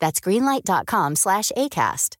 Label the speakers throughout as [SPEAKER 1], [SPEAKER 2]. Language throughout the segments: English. [SPEAKER 1] That's greenlight.com slash ACAST.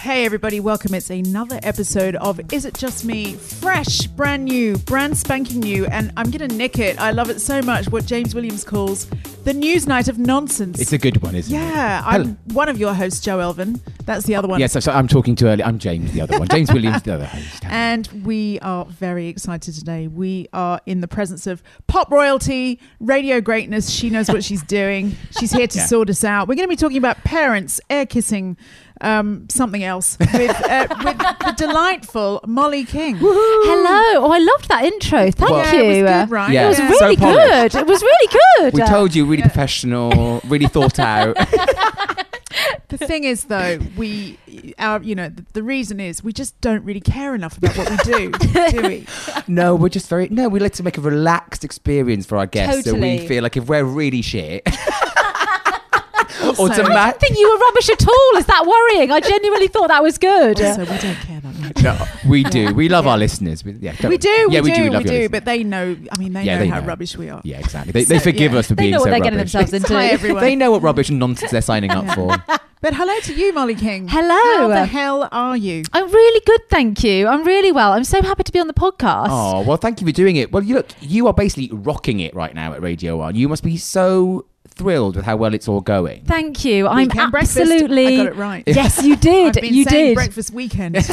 [SPEAKER 2] Hey, everybody, welcome. It's another episode of Is It Just Me? Fresh, brand new, brand spanking new, and I'm going to nick it. I love it so much. What James Williams calls the news night of nonsense.
[SPEAKER 3] It's a good one, isn't it?
[SPEAKER 2] yeah,
[SPEAKER 3] Hello.
[SPEAKER 2] I'm one of your hosts, Joe Elvin. That's the other one.
[SPEAKER 3] Yes, I'm, sorry, I'm talking too early. I'm James, the other one. James Williams, the other host.
[SPEAKER 2] And we are very excited today. We are in the presence of pop royalty, radio greatness. She knows what she's doing. She's here to
[SPEAKER 3] Yeah.
[SPEAKER 2] sort us out. We're going to be talking about parents, air kissing, um, something else with, uh, with the delightful Molly King.
[SPEAKER 4] Hello. Oh, I loved that intro. Thank
[SPEAKER 3] Well-
[SPEAKER 2] Yeah,
[SPEAKER 4] you. Uh,
[SPEAKER 2] it was good, right?
[SPEAKER 3] Yeah.
[SPEAKER 4] It was
[SPEAKER 3] Yeah.
[SPEAKER 4] really
[SPEAKER 3] So polished.
[SPEAKER 4] good. It was really good.
[SPEAKER 2] uh,
[SPEAKER 3] we told you, really professional, really thought out.
[SPEAKER 2] The thing is, though, we, our, you know, the, the reason is we just don't really care enough about what we do, do we?
[SPEAKER 3] No, we're just very, no, we like to make a relaxed experience for our guests. So we
[SPEAKER 4] Totally.
[SPEAKER 3] feel like if we're really shit,
[SPEAKER 2] Also-
[SPEAKER 4] I didn't
[SPEAKER 3] automatic.
[SPEAKER 4] think you were rubbish at all. Is that worrying? I genuinely thought that was good.
[SPEAKER 2] Also, we don't care that much.
[SPEAKER 3] No, we do. We love our listeners. We, yeah, don't
[SPEAKER 2] We
[SPEAKER 3] worry.
[SPEAKER 2] do, we
[SPEAKER 3] Yeah,
[SPEAKER 2] do,
[SPEAKER 3] we, love
[SPEAKER 2] we
[SPEAKER 3] your
[SPEAKER 2] do,
[SPEAKER 3] listeners.
[SPEAKER 2] but they know, I mean, they
[SPEAKER 3] Yeah,
[SPEAKER 2] know
[SPEAKER 3] they
[SPEAKER 2] how
[SPEAKER 3] know.
[SPEAKER 2] rubbish we are.
[SPEAKER 3] yeah, exactly. They, they
[SPEAKER 2] So,
[SPEAKER 3] forgive
[SPEAKER 2] yeah.
[SPEAKER 3] us for
[SPEAKER 4] They
[SPEAKER 3] being
[SPEAKER 4] know what
[SPEAKER 3] so
[SPEAKER 4] they're
[SPEAKER 3] rubbish.
[SPEAKER 4] getting themselves into.
[SPEAKER 2] Hi, everyone.
[SPEAKER 3] They know what rubbish and nonsense they're signing up for.
[SPEAKER 2] But hello to you, Molly King.
[SPEAKER 4] Hello.
[SPEAKER 2] How the hell are you?
[SPEAKER 4] I'm really good, thank you. I'm really well. I'm so happy to be on the podcast.
[SPEAKER 3] Oh well, thank you for doing it. Well, you look, you are basically rocking it right now at Radio One. You must be so thrilled with how well it's all going.
[SPEAKER 4] Thank you. I'm
[SPEAKER 2] Weekend breakfast.
[SPEAKER 4] absolutely.
[SPEAKER 2] I got it right.
[SPEAKER 4] Yes, you
[SPEAKER 2] I've
[SPEAKER 4] did.
[SPEAKER 2] been
[SPEAKER 4] you
[SPEAKER 2] saying
[SPEAKER 4] did.
[SPEAKER 2] breakfast weekend, which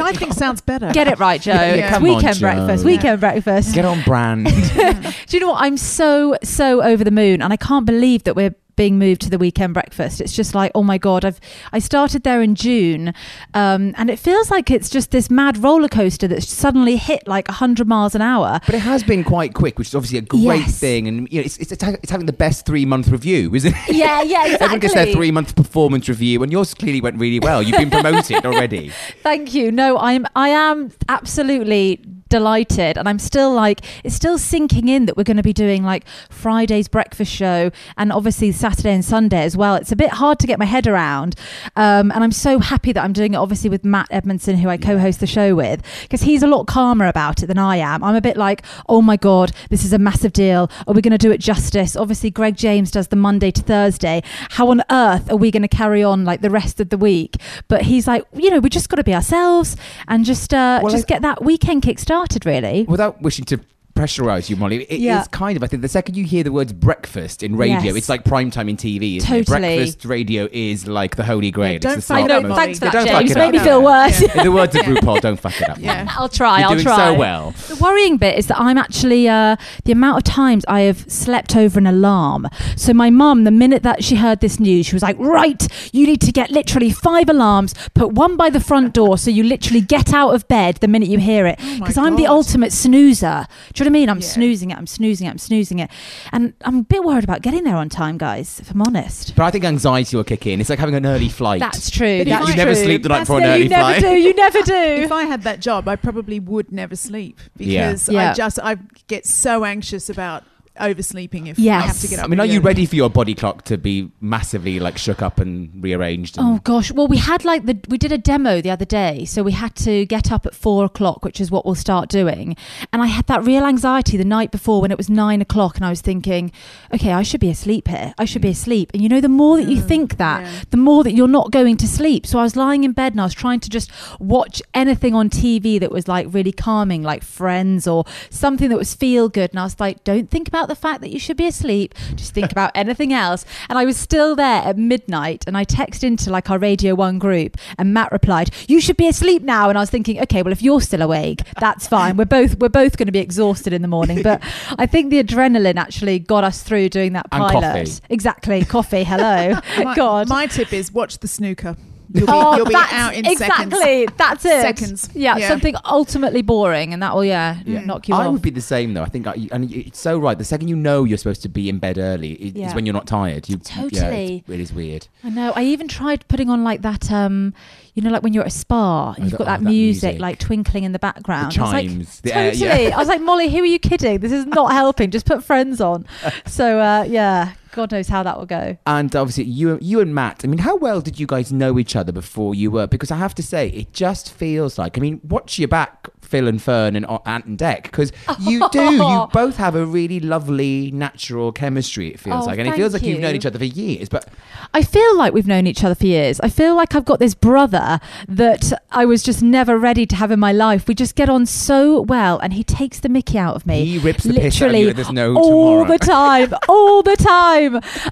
[SPEAKER 2] I think sounds better.
[SPEAKER 4] Get it right, Joe.
[SPEAKER 2] Yeah,
[SPEAKER 4] It's
[SPEAKER 3] come on,
[SPEAKER 4] weekend
[SPEAKER 3] Joe.
[SPEAKER 4] breakfast.
[SPEAKER 3] Yeah.
[SPEAKER 4] Weekend breakfast.
[SPEAKER 3] Get on brand.
[SPEAKER 4] Do you know what? I'm so, so over the moon and I can't believe that we're being moved to the weekend breakfast. It's just like, oh my God, I've I started there in June. Um, and it feels like it's just this mad roller coaster that's suddenly hit like 100 miles an hour.
[SPEAKER 3] but it has been quite quick, which is obviously a great
[SPEAKER 4] Yes.
[SPEAKER 3] thing. And you know, it's, it's, it's ha- it's having the best three month review, isn't it?
[SPEAKER 4] Yeah, yeah,
[SPEAKER 3] Everyone gets their
[SPEAKER 4] exactly.
[SPEAKER 3] three month performance review, and yours clearly went really well. You've been promoted already.
[SPEAKER 4] Thank you. No, I'm I am absolutely delighted and I'm still like it's still sinking in that we're going to be doing like Friday's breakfast show and obviously Saturday and Sunday as well. It's a bit hard to get my head around. Um, and I'm so happy that I'm doing it obviously with Matt Edmondson who I co-host the show with because he's a lot calmer about it than I am. I'm a bit like, "Oh my god, this is a massive deal. Are we going to do it justice?" Obviously Greg James does the Monday to Thursday. How on earth are we going to carry on like the rest of the week? But he's like, "You know, we just got to be ourselves and just uh,
[SPEAKER 3] Well,
[SPEAKER 4] just
[SPEAKER 3] I-
[SPEAKER 4] get that weekend kick started really."
[SPEAKER 3] Without wishing to pressurize you, Molly, it is
[SPEAKER 4] Yeah.
[SPEAKER 3] kind of, I think, the second you hear the words breakfast in radio,
[SPEAKER 4] Yes.
[SPEAKER 3] it's like prime time in TV. Isn't it?
[SPEAKER 4] Totally.
[SPEAKER 3] Breakfast radio is like the holy grail. It's
[SPEAKER 2] don't
[SPEAKER 3] the
[SPEAKER 2] fuck it
[SPEAKER 3] smart
[SPEAKER 2] up,
[SPEAKER 3] most-
[SPEAKER 2] Molly. Thanks for
[SPEAKER 3] Yeah,
[SPEAKER 2] that,
[SPEAKER 3] don't fuck
[SPEAKER 2] James.
[SPEAKER 3] it
[SPEAKER 2] Made
[SPEAKER 3] up.
[SPEAKER 2] me feel
[SPEAKER 4] worse.
[SPEAKER 3] In the words of RuPaul, don't fuck it up.
[SPEAKER 2] Yeah.
[SPEAKER 3] Molly.
[SPEAKER 4] I'll try.
[SPEAKER 3] You're
[SPEAKER 4] I'll
[SPEAKER 3] doing
[SPEAKER 4] try.
[SPEAKER 3] so well.
[SPEAKER 4] The worrying bit is that I'm actually uh, the amount of times I have slept over an alarm. So my mum, the minute that she heard this news, she was like, "Right, you need to get literally five alarms. Put one by the front door, so you literally get out of bed the minute you hear it,
[SPEAKER 2] Oh my
[SPEAKER 4] because I'm the
[SPEAKER 2] God.
[SPEAKER 4] ultimate snoozer. Do you know what I mean? I'm
[SPEAKER 2] Yeah.
[SPEAKER 4] snoozing it. I'm snoozing it. I'm snoozing it, and I'm a bit worried about getting there on time, guys. If I'm honest,
[SPEAKER 3] But I think anxiety will kick in. It's like having an early flight.
[SPEAKER 4] that's true.
[SPEAKER 2] But
[SPEAKER 3] You,
[SPEAKER 2] if
[SPEAKER 4] That's
[SPEAKER 3] you
[SPEAKER 2] I-
[SPEAKER 3] never
[SPEAKER 4] true.
[SPEAKER 3] sleep the night
[SPEAKER 2] That's
[SPEAKER 3] before an
[SPEAKER 4] yeah,
[SPEAKER 3] early
[SPEAKER 4] you never
[SPEAKER 3] flight.
[SPEAKER 4] do. You never do.
[SPEAKER 2] If I had that job, I probably would never sleep
[SPEAKER 3] Yeah.
[SPEAKER 2] because
[SPEAKER 4] Yeah.
[SPEAKER 2] I just I get so anxious about oversleeping if
[SPEAKER 4] Yes.
[SPEAKER 2] you have to get up.
[SPEAKER 4] I
[SPEAKER 3] I mean, are
[SPEAKER 2] really
[SPEAKER 3] you
[SPEAKER 2] early.
[SPEAKER 3] ready for your body clock to be massively like shook up and rearranged? And,
[SPEAKER 4] Oh gosh! Well, we had like the we did a demo the other day, so we had to get up at four o'clock, which is what we'll start doing. And I had that real anxiety the night before when it was nine o'clock, and I was thinking, okay, I should be asleep here. I should be asleep. And you know, the more that you think that,
[SPEAKER 2] yeah.
[SPEAKER 4] the more that you're not going to sleep. So I was lying in bed and I was trying to just watch anything on TV that was like really calming, like Friends or something that was feel good. And I was like, don't think about the fact that you should be asleep. Just think about anything else. And I was still there at midnight and I texted into like our Radio 1 group and Matt replied, you should be asleep now. And I was thinking, okay, well, if you're still awake, that's fine. We're both, we're both going to be exhausted in the morning. But I think the adrenaline actually got us through doing that
[SPEAKER 3] And
[SPEAKER 4] pilot.
[SPEAKER 3] coffee.
[SPEAKER 4] Exactly. Coffee. Hello.
[SPEAKER 2] My,
[SPEAKER 4] Oh, God. Oh,
[SPEAKER 2] my tip is watch the snooker. You'll be, you'll be
[SPEAKER 4] that's-
[SPEAKER 2] out in seconds.
[SPEAKER 4] exactly. That's it.
[SPEAKER 2] Seconds.
[SPEAKER 4] Yeah,
[SPEAKER 2] Yeah.
[SPEAKER 4] something ultimately boring, and that will yeah, knock you
[SPEAKER 3] I
[SPEAKER 4] off.
[SPEAKER 3] would be the same though. I think, I, and it's so right. The second you know you're supposed to be in bed early, it,
[SPEAKER 4] Yeah.
[SPEAKER 3] it's when you're not tired. You, Yeah,
[SPEAKER 4] Totally.
[SPEAKER 3] it's- it is weird.
[SPEAKER 4] I know. I even tried putting on like that. Um, you know, like when you're at a spa, and
[SPEAKER 3] Oh,
[SPEAKER 4] you've
[SPEAKER 3] that-
[SPEAKER 4] got
[SPEAKER 3] oh,
[SPEAKER 4] that,
[SPEAKER 3] that
[SPEAKER 4] music,
[SPEAKER 3] music.
[SPEAKER 4] like twinkling in the background. I was like,
[SPEAKER 3] chimes, the air,
[SPEAKER 4] totally.
[SPEAKER 3] yeah.
[SPEAKER 4] I was like, Molly, who are you kidding? This is not helping. Just put friends on. So uh, yeah, God knows how that will go.
[SPEAKER 3] And obviously, you you and Matt. I mean, how well did you guys know each other before you were? Because I have to say, it just feels like. I mean, watch your back, Phil and Fern and uh, Ant and Deck, because you do. You both have a really lovely natural chemistry. It feels
[SPEAKER 4] Oh,
[SPEAKER 3] like, and it
[SPEAKER 4] thank
[SPEAKER 3] feels like you've
[SPEAKER 4] you.
[SPEAKER 3] known each other for years. But
[SPEAKER 4] I feel like we've known each other for years. I feel like I've got this brother that I was just never ready to have in my life. We just get on so well, and he takes the mickey out of me.
[SPEAKER 3] He rips the piss out of you,
[SPEAKER 4] literally
[SPEAKER 3] and there's no
[SPEAKER 4] all
[SPEAKER 3] tomorrow.
[SPEAKER 4] the time, all the time.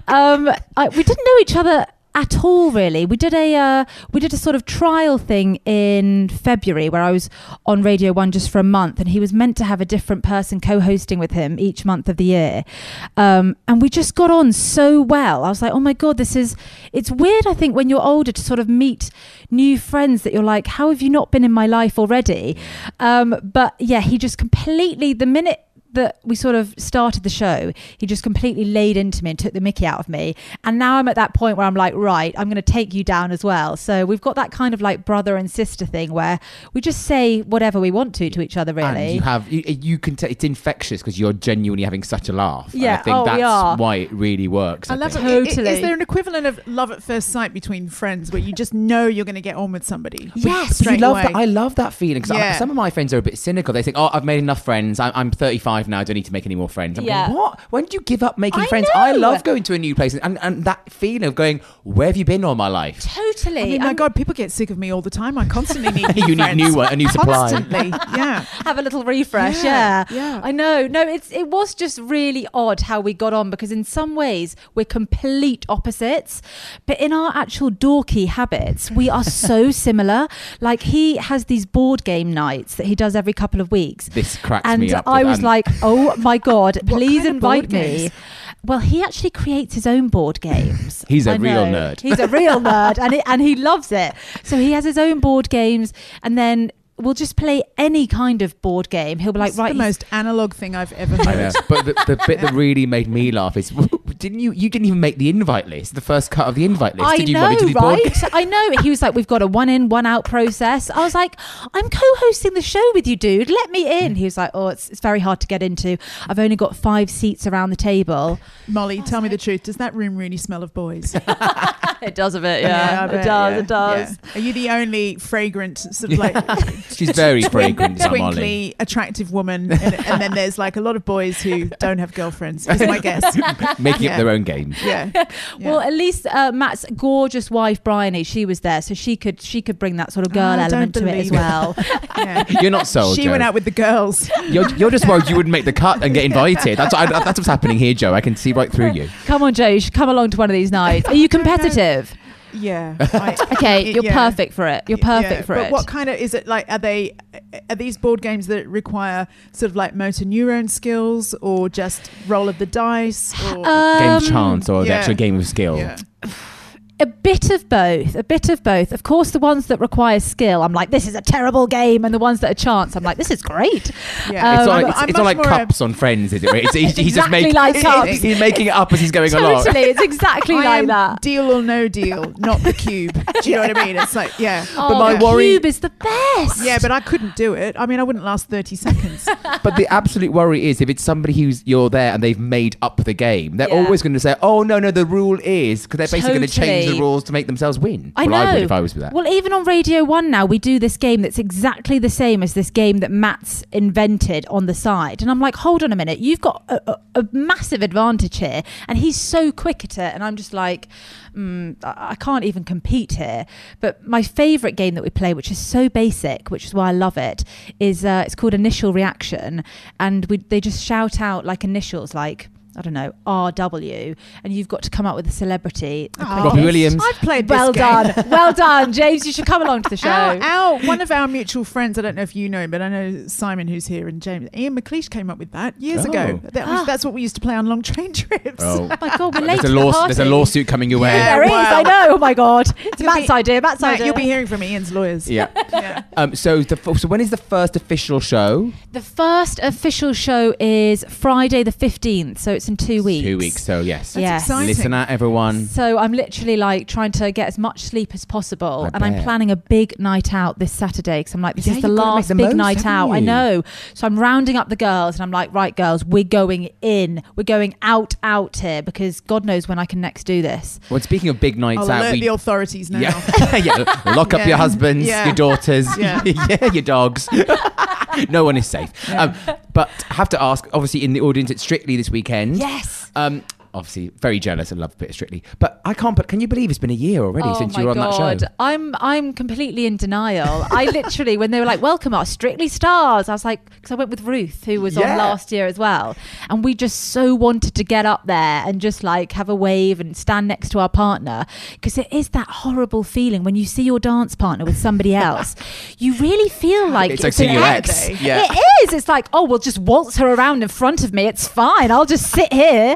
[SPEAKER 4] Um, I, we didn't know each other at all really we did a uh, we did a sort of trial thing in february where i was on radio one just for a month and he was meant to have a different person co-hosting with him each month of the year um, and we just got on so well. I was like, oh my god, this is. It's weird. I think when you're older to sort of meet new friends that you're like, how have you not been in my life already? Um, but yeah, he just completely the minute. That we sort of started the show, he just completely laid into me and took the mickey out of me. And now I'm at that point where I'm like, right, I'm going to take you down as well. So we've got that kind of like brother and sister thing where we just say whatever we want to to each other, really.
[SPEAKER 3] and you have you, you can. T- it's infectious because you're genuinely having such a laugh. And I
[SPEAKER 4] Yeah,
[SPEAKER 3] think
[SPEAKER 4] oh, we
[SPEAKER 3] that's
[SPEAKER 4] are.
[SPEAKER 3] why it really works.
[SPEAKER 2] I
[SPEAKER 3] I
[SPEAKER 2] love
[SPEAKER 3] think.
[SPEAKER 2] it. I- i-
[SPEAKER 4] Totally.
[SPEAKER 2] Is there an equivalent of love at first sight between friends where you just know you're going to get on with somebody?
[SPEAKER 4] Yes,
[SPEAKER 3] But
[SPEAKER 2] Straight
[SPEAKER 3] you love
[SPEAKER 2] away.
[SPEAKER 3] that. I love that feeling because
[SPEAKER 2] Yeah.
[SPEAKER 3] some of my friends are a bit cynical. They think, "Oh, I've made enough friends. I'm, I'm 35 now. I don't need to make any more friends." I'm
[SPEAKER 4] Yeah.
[SPEAKER 3] going, "What? When did you give up making
[SPEAKER 4] I
[SPEAKER 3] friends? I
[SPEAKER 4] know.
[SPEAKER 3] love going to a new place and, and that feeling of going, "Where have you been all my life?"
[SPEAKER 4] totally.
[SPEAKER 2] I mean, my
[SPEAKER 4] And-
[SPEAKER 2] God, people get sick of me all the time. I constantly need new
[SPEAKER 3] you need
[SPEAKER 2] friends.
[SPEAKER 3] new one, a new supply.
[SPEAKER 2] Constantly, yeah.
[SPEAKER 4] have a little refresh.
[SPEAKER 2] Yeah,
[SPEAKER 4] Yeah,
[SPEAKER 2] yeah.
[SPEAKER 4] I know. No, it's it was just really odd how we got on because in some ways we're complete opposites, but in our actual dorky habits, we are so similar. Like he has these board game nights that he does every couple of weeks.
[SPEAKER 3] This cracks
[SPEAKER 4] and
[SPEAKER 3] me up
[SPEAKER 4] I
[SPEAKER 3] with
[SPEAKER 4] was
[SPEAKER 3] Ant.
[SPEAKER 4] like, oh my god, please
[SPEAKER 2] kind of board
[SPEAKER 4] invite me.
[SPEAKER 2] games?
[SPEAKER 4] Well, he actually creates his own board games.
[SPEAKER 3] He's a
[SPEAKER 4] a
[SPEAKER 3] real nerd.
[SPEAKER 4] He's a real nerd, and he, and he loves it. So he has his own board games, and then we'll just play any kind of board game. He'll be like,
[SPEAKER 2] It's
[SPEAKER 4] right,
[SPEAKER 2] the most analog thing I've ever
[SPEAKER 3] I know.
[SPEAKER 2] heard.
[SPEAKER 3] but the, the bit that really made me laugh is, didn't you? You didn't even make the invite list, the first cut of the invite list.
[SPEAKER 4] I
[SPEAKER 3] did you
[SPEAKER 4] know,
[SPEAKER 3] Molly, to these board
[SPEAKER 4] right?
[SPEAKER 3] games?
[SPEAKER 4] I know. He was like, "We've got a one-in, one-out process." I was like, "I'm co-hosting the show with you, dude. Let me in." He was like, "Oh, it's, it's very hard to get into. I've only got five seats around the table."
[SPEAKER 2] Molly, tell me the truth. Does that room really smell of boys?
[SPEAKER 4] It does a bit,
[SPEAKER 2] I bet, yeah, yeah. Are you the only fragrant, sort of like
[SPEAKER 3] She's very fragrant, that Molly.
[SPEAKER 2] twinkly, attractive woman? And, and then there's like a lot of boys who don't have girlfriends, is my guess.
[SPEAKER 3] Making
[SPEAKER 2] Yeah.
[SPEAKER 3] up their own games.
[SPEAKER 2] Yeah.
[SPEAKER 4] Well, at least uh, Matt's gorgeous wife Bryony, she was there, so she could she could bring that sort of
[SPEAKER 2] I
[SPEAKER 4] girl
[SPEAKER 2] don't
[SPEAKER 4] element to it
[SPEAKER 2] believe
[SPEAKER 4] as
[SPEAKER 2] it.
[SPEAKER 4] well.
[SPEAKER 2] yeah.
[SPEAKER 3] You're not sold.
[SPEAKER 2] She
[SPEAKER 3] Joe.
[SPEAKER 2] went out with the girls.
[SPEAKER 3] You're, you're just worried you wouldn't make the cut and get invited. That's, what I, that's what's happening here, Joe. I can see right through you.
[SPEAKER 4] come on, Joe, you should come along to one of these nights. Are you competitive?
[SPEAKER 2] Yeah. I-
[SPEAKER 4] Okay,
[SPEAKER 2] it-
[SPEAKER 4] you're
[SPEAKER 2] yeah.
[SPEAKER 4] perfect for it. You're perfect
[SPEAKER 2] Yeah,
[SPEAKER 4] for
[SPEAKER 2] but
[SPEAKER 4] it.
[SPEAKER 2] what kind of is it like? Are they are these board games that require sort of like motor neuron skills, or just roll of the dice? Or
[SPEAKER 4] Uh, Um,
[SPEAKER 3] game of chance or the
[SPEAKER 2] yeah.
[SPEAKER 3] actual game of skill.
[SPEAKER 2] yeah.
[SPEAKER 4] a bit of both, a bit of both. Of course, the ones that require skill, I'm like, this is a terrible game, and the ones that are chance, I'm like, this is great.
[SPEAKER 2] Yeah.
[SPEAKER 3] it's
[SPEAKER 2] Um,
[SPEAKER 3] not like,
[SPEAKER 2] I'm-
[SPEAKER 3] it's,
[SPEAKER 2] I'm
[SPEAKER 3] it's not
[SPEAKER 2] much
[SPEAKER 3] like
[SPEAKER 2] more a-
[SPEAKER 3] cups on Friends, is it? It's, he's, he's just
[SPEAKER 4] Exactly
[SPEAKER 3] making
[SPEAKER 4] like cups.
[SPEAKER 3] he's, he's making it up as he's going along.
[SPEAKER 4] Totally, it's exactly
[SPEAKER 2] I
[SPEAKER 4] like
[SPEAKER 2] am
[SPEAKER 4] that.
[SPEAKER 2] Deal or no deal, not the cube. Do you know what I mean? It's like, yeah.
[SPEAKER 4] Oh,
[SPEAKER 3] my
[SPEAKER 4] the
[SPEAKER 3] worry-
[SPEAKER 4] cube is the best.
[SPEAKER 2] Yeah, but I couldn't do it. I mean, I wouldn't last 30 seconds.
[SPEAKER 4] Oh,
[SPEAKER 3] But the absolute worry is if it's somebody who's you're there and they've made up the game, they're
[SPEAKER 4] Yeah.
[SPEAKER 3] always going to say, "Oh no, no, the rule is," because they're basically going to change
[SPEAKER 4] Totally.
[SPEAKER 3] the rules to make themselves win.
[SPEAKER 4] I
[SPEAKER 3] well,
[SPEAKER 4] know.
[SPEAKER 3] I would if I was with that.
[SPEAKER 4] Well, even on Radio One now, we do this game that's exactly the same as this game that Matt's invented on the side. And I'm like, hold on a minute, you've got a, a, a massive advantage here, and he's so quick at it. And I'm just like, mm, I, I can't even compete here. But my favourite game that we play, which is so basic, which is why I love it, is uh, it's called Initial Reaction, and we they just shout out like initials, like. I don't know, RW, and you've got to come up with a celebrity. that they
[SPEAKER 2] Robbie
[SPEAKER 4] kissed.
[SPEAKER 3] Williams.
[SPEAKER 2] I've played this
[SPEAKER 4] Well
[SPEAKER 2] game.
[SPEAKER 4] done. Well done, James. You should come along to the show.
[SPEAKER 2] Our, our- one of our mutual friends, I don't know if you know him, but I know Simon who's here and James. Ian McLeish came up with that years
[SPEAKER 3] Oh.
[SPEAKER 2] ago. That was, that's what we used to play on long train trips.
[SPEAKER 3] Oh.
[SPEAKER 4] my God, we're
[SPEAKER 3] there's,
[SPEAKER 4] late to
[SPEAKER 3] a
[SPEAKER 4] the
[SPEAKER 3] law-
[SPEAKER 4] party.
[SPEAKER 3] there's a lawsuit coming your way.
[SPEAKER 2] Yeah.
[SPEAKER 4] There is, I know. Oh my God. It's
[SPEAKER 2] You'll
[SPEAKER 4] Matt's
[SPEAKER 2] be-
[SPEAKER 4] idea. Matt's
[SPEAKER 2] Matt,
[SPEAKER 4] idea.
[SPEAKER 2] you'll be hearing from Ian's lawyers.
[SPEAKER 3] Yeah.
[SPEAKER 2] Yeah.
[SPEAKER 3] Um, so the f- so when is the first official show?
[SPEAKER 4] The first official show is Friday the 15th, so it's in two weeks.
[SPEAKER 3] Two weeks. So yes.
[SPEAKER 4] That's Yes.
[SPEAKER 2] exciting.
[SPEAKER 3] Listen out, everyone.
[SPEAKER 4] So I'm literally like trying to get as much sleep as possible,
[SPEAKER 3] I
[SPEAKER 4] and I'm
[SPEAKER 3] bet.
[SPEAKER 4] planning a big night out this Saturday because I'm like, this
[SPEAKER 3] Yeah,
[SPEAKER 4] is the
[SPEAKER 3] you've gotta make
[SPEAKER 4] last
[SPEAKER 3] the
[SPEAKER 4] big
[SPEAKER 3] most,
[SPEAKER 4] night
[SPEAKER 3] haven't
[SPEAKER 4] out. I
[SPEAKER 3] you?
[SPEAKER 4] know. So I'm rounding up the girls, and I'm like, right, girls, we're going in, we're going out, out here because God knows when I can next do this.
[SPEAKER 3] Well, speaking of big nights
[SPEAKER 2] I'll
[SPEAKER 3] out,
[SPEAKER 2] alert
[SPEAKER 3] we
[SPEAKER 2] the authorities now.
[SPEAKER 3] yeah, yeah. Lock up
[SPEAKER 2] Yeah.
[SPEAKER 3] your husbands,
[SPEAKER 2] Yeah.
[SPEAKER 3] your daughters,
[SPEAKER 2] Yeah.
[SPEAKER 3] yeah. your dogs. no one is safe. Um, but I have to ask, obviously, in the audience, it's Strictly this weekend.
[SPEAKER 4] Yes.
[SPEAKER 3] Um, obviously, very jealous. I love a bit of Strictly, but I can't. But can you believe it's been a year
[SPEAKER 4] Oh
[SPEAKER 3] already since you were on that show?
[SPEAKER 4] I'm I'm completely in denial. I literally, when they were like, "Welcome our Strictly Stars," I was like, because I went with Ruth, who was
[SPEAKER 3] Yeah.
[SPEAKER 4] on last year as well, and we just so wanted to get up there and just like have a wave and stand next to our partner because it is that horrible feeling when you see your dance partner with somebody else. you really feel like
[SPEAKER 3] It's like seeing
[SPEAKER 4] an
[SPEAKER 3] your
[SPEAKER 4] ex.
[SPEAKER 3] ex. Yeah.
[SPEAKER 4] It is. It's like, oh, well, just waltz her around in front of me. It's fine. I'll just sit here.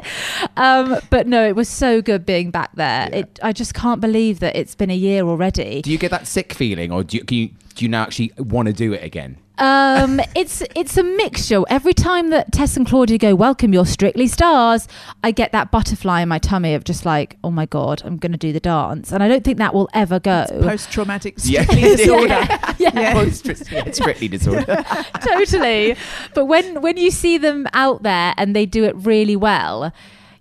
[SPEAKER 4] Um, but no, it was so good being back there. It, I just can't believe that it's been a year already.
[SPEAKER 3] Do you get that sick feeling, or do you, can you, do you now actually want to do it again?
[SPEAKER 4] Um, it's it's a mixture. Every time that Tess and Claudia go, "Welcome, you're Strictly Stars," I get that butterfly in my tummy of just like, "Oh my god, I'm going to do the dance," and I don't think that will ever go.
[SPEAKER 2] Post traumatic
[SPEAKER 3] Yeah.
[SPEAKER 2] stress disorder.
[SPEAKER 3] Yeah. Well, it's, Stri- yeah, it's Strictly disorder.
[SPEAKER 4] totally. But when when you see them out there and they do it really well,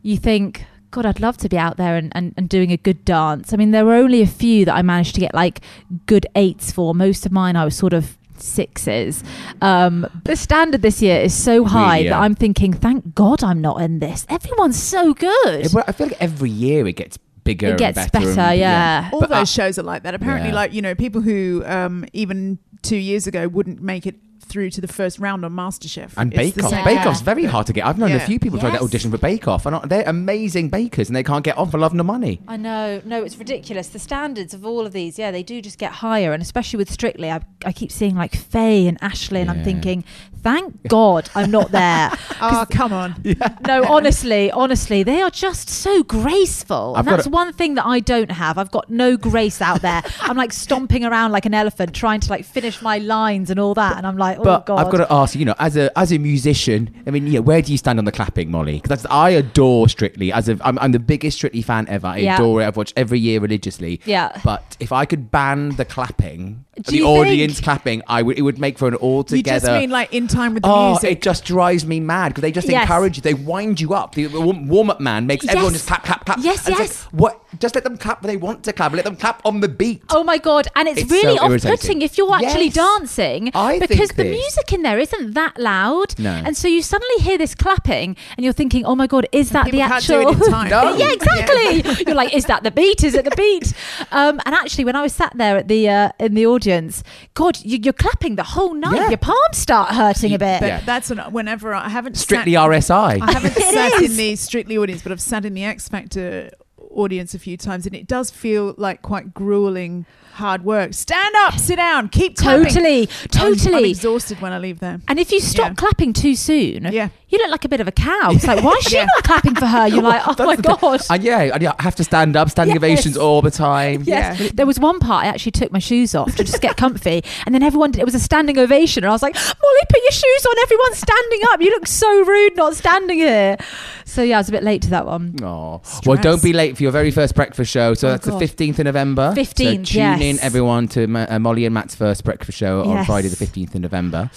[SPEAKER 4] you think, God, I'd love to be out there and, and, and doing a good dance. I mean, there were only a few that I managed to get like good eights for. Most of mine, I was sort of sixes. Um, the standard this year is so high
[SPEAKER 3] Really, yeah.
[SPEAKER 4] that I'm thinking, thank God I'm not in this. Everyone's so good.
[SPEAKER 3] It- well, I feel like every year it gets bigger.
[SPEAKER 4] It gets
[SPEAKER 3] and
[SPEAKER 4] better,
[SPEAKER 3] better. and-
[SPEAKER 4] yeah.
[SPEAKER 2] All
[SPEAKER 3] But,
[SPEAKER 2] those
[SPEAKER 3] uh,
[SPEAKER 2] shows are like that. Apparently,
[SPEAKER 3] Yeah.
[SPEAKER 2] like you know, people who um, even two years ago wouldn't make it through to the first round on MasterChef
[SPEAKER 3] And
[SPEAKER 2] It's the
[SPEAKER 3] Bake Off.
[SPEAKER 2] same.
[SPEAKER 4] Yeah.
[SPEAKER 3] Bake Off's very hard to get. I've known
[SPEAKER 2] Yeah.
[SPEAKER 3] a few people trying to
[SPEAKER 4] Yes.
[SPEAKER 3] audition for Bake Off, and they're amazing bakers, and they can't get on for love nor money.
[SPEAKER 4] I know. No, it's ridiculous. The standards of all of these, yeah, they do just get higher. And especially with Strictly, I, I keep seeing like Faye and Ashley, and I'm
[SPEAKER 3] Yeah.
[SPEAKER 4] thinking, thank God I'm not there. 'Cause-
[SPEAKER 3] Ah.
[SPEAKER 2] Oh, come on.
[SPEAKER 4] no, honestly, honestly, they are just so graceful.
[SPEAKER 3] I've
[SPEAKER 4] And
[SPEAKER 3] got
[SPEAKER 4] that's
[SPEAKER 3] a-
[SPEAKER 4] one thing that I don't have. I've got no grace out there. I'm like stomping around like an elephant, trying to like finish my lines and all that. And I'm like, oh,
[SPEAKER 3] But
[SPEAKER 4] God.
[SPEAKER 3] I've got to ask, you know, as a as a musician, I mean, yeah, where do you stand on the clapping, Molly? Because I adore Strictly. As a, I'm, I'm the biggest Strictly fan ever. I
[SPEAKER 4] Yeah.
[SPEAKER 3] adore it. I've watched every year religiously.
[SPEAKER 4] Yeah.
[SPEAKER 3] But if I could ban the clapping,
[SPEAKER 4] Do
[SPEAKER 3] the
[SPEAKER 4] you
[SPEAKER 3] audience
[SPEAKER 4] think?
[SPEAKER 3] clapping, I would. It would make for an
[SPEAKER 2] You
[SPEAKER 3] altogether.
[SPEAKER 2] just mean like in time with the
[SPEAKER 3] Oh,
[SPEAKER 2] music.
[SPEAKER 3] it just drives me mad because they just
[SPEAKER 4] Yes.
[SPEAKER 3] encourage you. They wind you up. The warm up man makes everyone
[SPEAKER 4] Yes.
[SPEAKER 3] just clap, clap, clap.
[SPEAKER 4] Yes,
[SPEAKER 3] And it's
[SPEAKER 4] yes.
[SPEAKER 3] Like, what? Just let them clap when they want to clap. Let them clap on the beat.
[SPEAKER 4] Oh my god! And it's,
[SPEAKER 3] It's
[SPEAKER 4] really
[SPEAKER 3] so irritating.
[SPEAKER 4] off-putting if you're actually
[SPEAKER 3] Yes.
[SPEAKER 4] dancing
[SPEAKER 3] I think
[SPEAKER 4] because the
[SPEAKER 3] this-
[SPEAKER 4] music in there isn't that loud.
[SPEAKER 3] No.
[SPEAKER 4] And so you suddenly hear this clapping, and you're thinking, "Oh my god, is that
[SPEAKER 2] People
[SPEAKER 4] the
[SPEAKER 2] can't do
[SPEAKER 4] actual?"
[SPEAKER 2] it in time. No.
[SPEAKER 4] yeah, exactly. You're like, "Is that the beat? Is it the beat?" Um, and actually, when I was sat there at the uh, in the audience, God, you, you're clapping the whole night.
[SPEAKER 3] Yeah.
[SPEAKER 4] Your palms start hurting a bit.
[SPEAKER 2] but
[SPEAKER 3] Yeah.
[SPEAKER 2] that's an, whenever I I haven't
[SPEAKER 3] Strictly
[SPEAKER 2] sat,
[SPEAKER 3] RSI.
[SPEAKER 2] I haven't
[SPEAKER 4] It
[SPEAKER 2] sat
[SPEAKER 4] is.
[SPEAKER 2] in the Strictly audience, but I've sat in the X Factor audience a few times, and it does feel like quite grueling, hard work. Stand up, sit down, keep clapping.
[SPEAKER 4] Totally,
[SPEAKER 2] I'm- I'm
[SPEAKER 4] totally.
[SPEAKER 2] exhausted when I leave there.
[SPEAKER 4] And if you stop
[SPEAKER 2] Yeah.
[SPEAKER 4] clapping too soon,
[SPEAKER 2] Yeah.
[SPEAKER 4] you look like a bit of a cow. It's like, why is she not clapping for her? You're like, oh
[SPEAKER 3] That's
[SPEAKER 4] my
[SPEAKER 3] the thing.
[SPEAKER 4] God.
[SPEAKER 3] And Uh, yeah, and yeah, I have to stand up, standing
[SPEAKER 4] Yes.
[SPEAKER 3] ovations all the time.
[SPEAKER 4] Yes.
[SPEAKER 3] Yeah.
[SPEAKER 4] There was one part I actually took my shoes off to just get comfy, and then everyone did, it was a standing ovation, and I was like, "Molly, put your shoes on! Everyone's standing up. You look so rude not standing here." So yeah, I was a bit late to that one.
[SPEAKER 3] Oh. Well, don't be late for your very first breakfast show. So
[SPEAKER 4] Oh,
[SPEAKER 3] that's
[SPEAKER 4] God.
[SPEAKER 3] the 15th of November.
[SPEAKER 4] 15th,
[SPEAKER 3] So tune in,
[SPEAKER 4] yes.
[SPEAKER 3] everyone, to Ma- uh, Molly and Matt's first breakfast show on
[SPEAKER 4] Yes.
[SPEAKER 3] Friday, the 15th of November.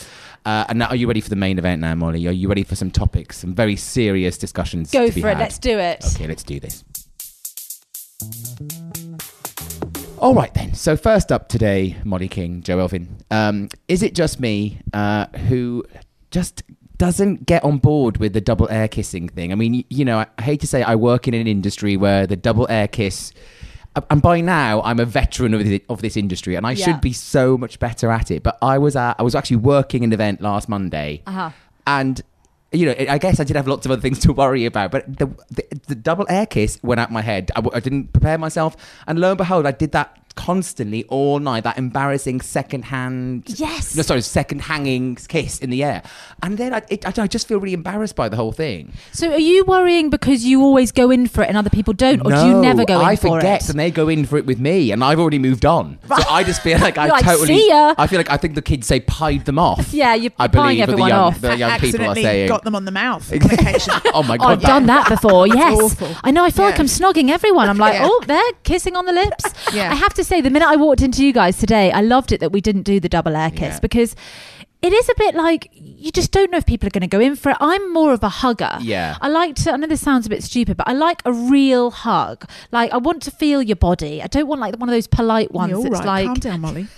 [SPEAKER 3] Uh, and now, are you ready for the main event now, Molly? Are you ready for some topics, some very serious discussions?
[SPEAKER 4] Go
[SPEAKER 3] to be
[SPEAKER 4] for it.
[SPEAKER 3] had?
[SPEAKER 4] Let's do it.
[SPEAKER 3] Okay, let's do this. All right then. So first up today, Molly King, Joe Elvin. Um, is it just me uh, who just doesn't get on board with the double air kissing thing? I mean, y- you know, I, I hate to say I work in an industry where the double air kiss. And by now, I'm a veteran of, the, of this industry, and I
[SPEAKER 4] Yeah.
[SPEAKER 3] should be so much better at it. But I was at, I was actually working an event last Monday,
[SPEAKER 4] Uh-huh.
[SPEAKER 3] and you know, I guess I did have lots of other things to worry about, but the the, the double air kiss went out my head. I, w- I didn't prepare myself, and lo and behold, I did that constantly all night. That embarrassing second hand,
[SPEAKER 4] Yes.
[SPEAKER 3] no, sorry, second hanging kiss in the air, and then I, it, I, I just feel really embarrassed by the whole thing.
[SPEAKER 4] So are you worrying because you always go in for it and other people don't, or do you
[SPEAKER 3] No,
[SPEAKER 4] never go in
[SPEAKER 3] I
[SPEAKER 4] for
[SPEAKER 3] forget,
[SPEAKER 4] it?
[SPEAKER 3] and they go in for it with me, and I've already moved on. So I just feel like I
[SPEAKER 4] You're like,
[SPEAKER 3] totally.
[SPEAKER 4] "See ya."
[SPEAKER 3] I feel like I think the kids say pied them off.
[SPEAKER 4] Yeah, you're-
[SPEAKER 3] I
[SPEAKER 4] you're pieing
[SPEAKER 3] believe what
[SPEAKER 4] everyone
[SPEAKER 3] the young,
[SPEAKER 4] off.
[SPEAKER 3] The young people are
[SPEAKER 2] accidentally
[SPEAKER 3] saying.
[SPEAKER 2] got them on the mouth on occasion.
[SPEAKER 3] oh my
[SPEAKER 4] Oh,
[SPEAKER 3] god!
[SPEAKER 4] I've
[SPEAKER 3] that-
[SPEAKER 4] done that before. Yes,
[SPEAKER 2] awful.
[SPEAKER 4] I know. I feel like
[SPEAKER 2] Yeah.
[SPEAKER 4] I'm snogging everyone. I'm like,
[SPEAKER 2] Yeah.
[SPEAKER 4] oh, they're kissing on the lips.
[SPEAKER 2] Yeah.
[SPEAKER 4] I have to say, the minute I walked into you guys today, I loved it that we didn't do the double air kiss
[SPEAKER 3] Yeah.
[SPEAKER 4] because it is a bit like you just don't know if people are going to go in for it. I'm more of a hugger.
[SPEAKER 3] Yeah.
[SPEAKER 4] I like to. I know this sounds a bit stupid, but I like a real hug. Like I want to feel your body. I don't want like one of those polite ones.
[SPEAKER 2] You're all
[SPEAKER 4] that's
[SPEAKER 2] right.
[SPEAKER 4] like,
[SPEAKER 2] Calm down, Molly.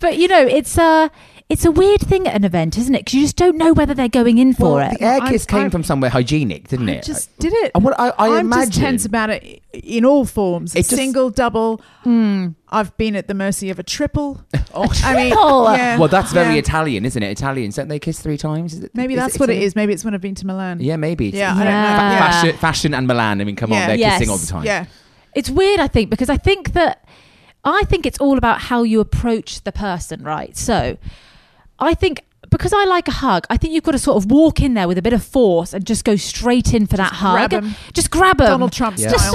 [SPEAKER 4] but you know, it's a it's a weird thing at an event, isn't it? Because you just don't know whether they're going in for
[SPEAKER 3] Well,
[SPEAKER 4] it.
[SPEAKER 3] The air
[SPEAKER 2] I-
[SPEAKER 3] kiss came
[SPEAKER 2] I-
[SPEAKER 3] from somewhere hygienic, didn't
[SPEAKER 2] I
[SPEAKER 3] it?
[SPEAKER 2] just did it.
[SPEAKER 3] And what I, I
[SPEAKER 2] am
[SPEAKER 3] imagine.
[SPEAKER 2] just tense about it i- in all forms.
[SPEAKER 3] It just- Hmm.
[SPEAKER 2] Single, double. I've been at the mercy of a triple.
[SPEAKER 3] Oh,
[SPEAKER 2] I mean,
[SPEAKER 4] triple?
[SPEAKER 2] yeah,
[SPEAKER 3] well, that's very
[SPEAKER 2] yeah.
[SPEAKER 3] Italian, isn't it? Italians don't they kiss three times? Is it,
[SPEAKER 2] Maybe
[SPEAKER 3] is
[SPEAKER 2] that's what it
[SPEAKER 3] Italian?
[SPEAKER 2] is. Maybe it's when I've been to Milan.
[SPEAKER 3] Yeah, maybe. It's
[SPEAKER 2] Yeah, I don't know.
[SPEAKER 4] Yeah.
[SPEAKER 2] Yeah.
[SPEAKER 3] Fashion, fashion and Milan. I mean, come
[SPEAKER 2] Yeah.
[SPEAKER 3] on, they're
[SPEAKER 4] Yes.
[SPEAKER 3] kissing all the time.
[SPEAKER 2] Yeah.
[SPEAKER 4] It's weird, I think, because I think that I think it's all about how you approach the person, right? So I think because I like a hug, I think you've got to sort of walk in there with a bit of force and just go straight in for that hug.
[SPEAKER 2] grab 'em.
[SPEAKER 4] Just grab them.
[SPEAKER 2] Donald Trump
[SPEAKER 3] Yeah.
[SPEAKER 2] style.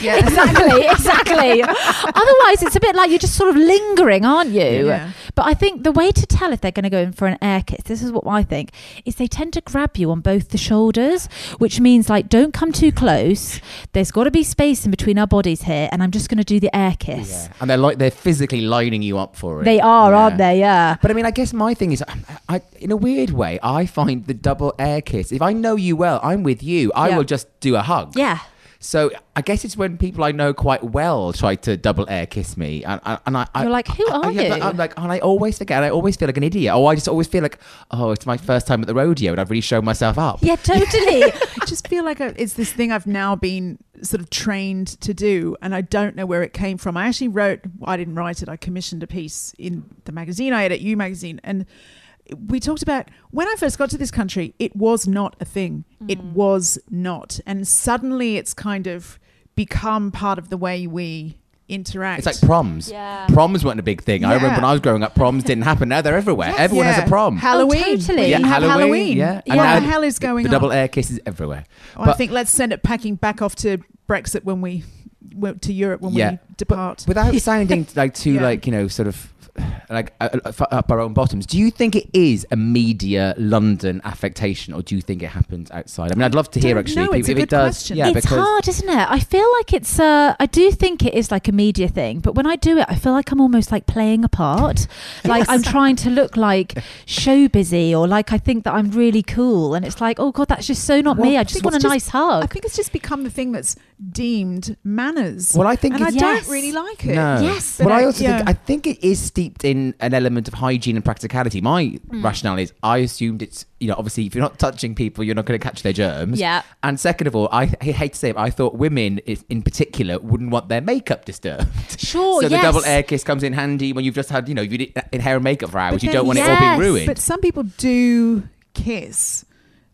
[SPEAKER 2] yeah.
[SPEAKER 4] exactly, exactly. Otherwise, it's a bit like you're just sort of lingering, aren't you?
[SPEAKER 2] Yeah.
[SPEAKER 4] But I think the way to tell if they're going to go in for an air kiss, this is what I think, is they tend to grab you on both the shoulders, which means like don't come too close. There's got to be space in between our bodies here, and I'm just going to do the air kiss.
[SPEAKER 3] Yeah. And they're like they're physically lining you up for it.
[SPEAKER 4] They are, aren't
[SPEAKER 3] Yeah.
[SPEAKER 4] they? Yeah.
[SPEAKER 3] But I mean, I guess my thing is, um, I, I, in a weird way, I find the double air kiss. If I know you well, I'm with you. I
[SPEAKER 4] Yeah.
[SPEAKER 3] will just do a hug.
[SPEAKER 4] Yeah.
[SPEAKER 3] So I guess it's when people I know quite well try to double air kiss me, and, and and I, I
[SPEAKER 4] You're like, "Who
[SPEAKER 3] I- I-
[SPEAKER 4] are
[SPEAKER 3] yeah, but
[SPEAKER 4] you?"
[SPEAKER 3] I'm like, and I always forget. I always feel like an idiot. Oh, I just always feel like, oh, it's my first time at the rodeo, and I've really shown myself up.
[SPEAKER 4] Yeah, totally.
[SPEAKER 2] I just feel like I, it's this thing I've now been sort of trained to do, and I don't know where it came from. I actually wrote, I didn't write it, I commissioned a piece in the magazine I edit, You Magazine, and we talked about when I first got to this country, it was not a thing.
[SPEAKER 3] Hmm.
[SPEAKER 2] It was not. And suddenly it's kind of become part of the way we interact.
[SPEAKER 3] It's like proms.
[SPEAKER 4] Yeah.
[SPEAKER 3] Proms weren't a big thing. I remember
[SPEAKER 2] Yeah.
[SPEAKER 3] when I was growing up, proms didn't happen. Now they're everywhere. Everyone has
[SPEAKER 2] Yeah.
[SPEAKER 3] a prom.
[SPEAKER 2] Halloween.
[SPEAKER 4] totally.
[SPEAKER 2] Yeah,
[SPEAKER 4] Yeah,
[SPEAKER 2] Halloween.
[SPEAKER 3] Yeah.
[SPEAKER 2] What
[SPEAKER 3] And now
[SPEAKER 2] the hell is going
[SPEAKER 3] the
[SPEAKER 2] on?
[SPEAKER 3] double air kiss is everywhere.
[SPEAKER 2] Oh, I think let's send it packing back off to Brexit when we went to Europe when
[SPEAKER 3] Yeah.
[SPEAKER 2] we depart.
[SPEAKER 3] without sounding like too
[SPEAKER 2] Yeah.
[SPEAKER 3] like you know sort of like uh, uh, f- up our own bottoms do you think it is a media london affectation or do you think it happens outside i mean i'd love to hear
[SPEAKER 2] Don't
[SPEAKER 3] actually
[SPEAKER 2] know,
[SPEAKER 3] if,
[SPEAKER 2] it's a
[SPEAKER 3] if it
[SPEAKER 2] good
[SPEAKER 3] does
[SPEAKER 2] question.
[SPEAKER 3] yeah
[SPEAKER 4] it's
[SPEAKER 3] because
[SPEAKER 4] hard, isn't it? I feel like it's. Uh, I do think it is like a media thing, but when I do it, I feel like I'm almost like playing a part. Like I'm trying to look like show busy, or like I think that I'm really cool, and it's like, oh god, that's just so not
[SPEAKER 2] Well,
[SPEAKER 4] me. I just
[SPEAKER 2] think
[SPEAKER 4] want a
[SPEAKER 2] it's
[SPEAKER 4] nice hug.
[SPEAKER 2] I think it's just become the thing that's deemed manners.
[SPEAKER 3] Well, I think
[SPEAKER 2] and I
[SPEAKER 3] it's-
[SPEAKER 4] Yes.
[SPEAKER 2] don't really like it.
[SPEAKER 3] no.
[SPEAKER 4] Yes.
[SPEAKER 3] But
[SPEAKER 2] But
[SPEAKER 3] I
[SPEAKER 2] I-
[SPEAKER 3] also
[SPEAKER 2] yeah.
[SPEAKER 3] think I think it is steeped in an element of hygiene and practicality. My
[SPEAKER 2] Hmm.
[SPEAKER 3] rationale is I assumed it's you know obviously if you're not touching people you're not going to catch their germs.
[SPEAKER 4] Yeah.
[SPEAKER 3] And second of all, I, I hate to say it, but I thought women i- in particular wouldn't want their makeup disturbed.
[SPEAKER 4] Sure,
[SPEAKER 3] so the
[SPEAKER 4] yes.
[SPEAKER 3] double air kiss comes in handy when you've just had you know you did in hair and makeup for hours.
[SPEAKER 2] But
[SPEAKER 3] you
[SPEAKER 2] then-
[SPEAKER 3] don't want it all
[SPEAKER 4] Yes.
[SPEAKER 3] being ruined.
[SPEAKER 2] But some people do kiss.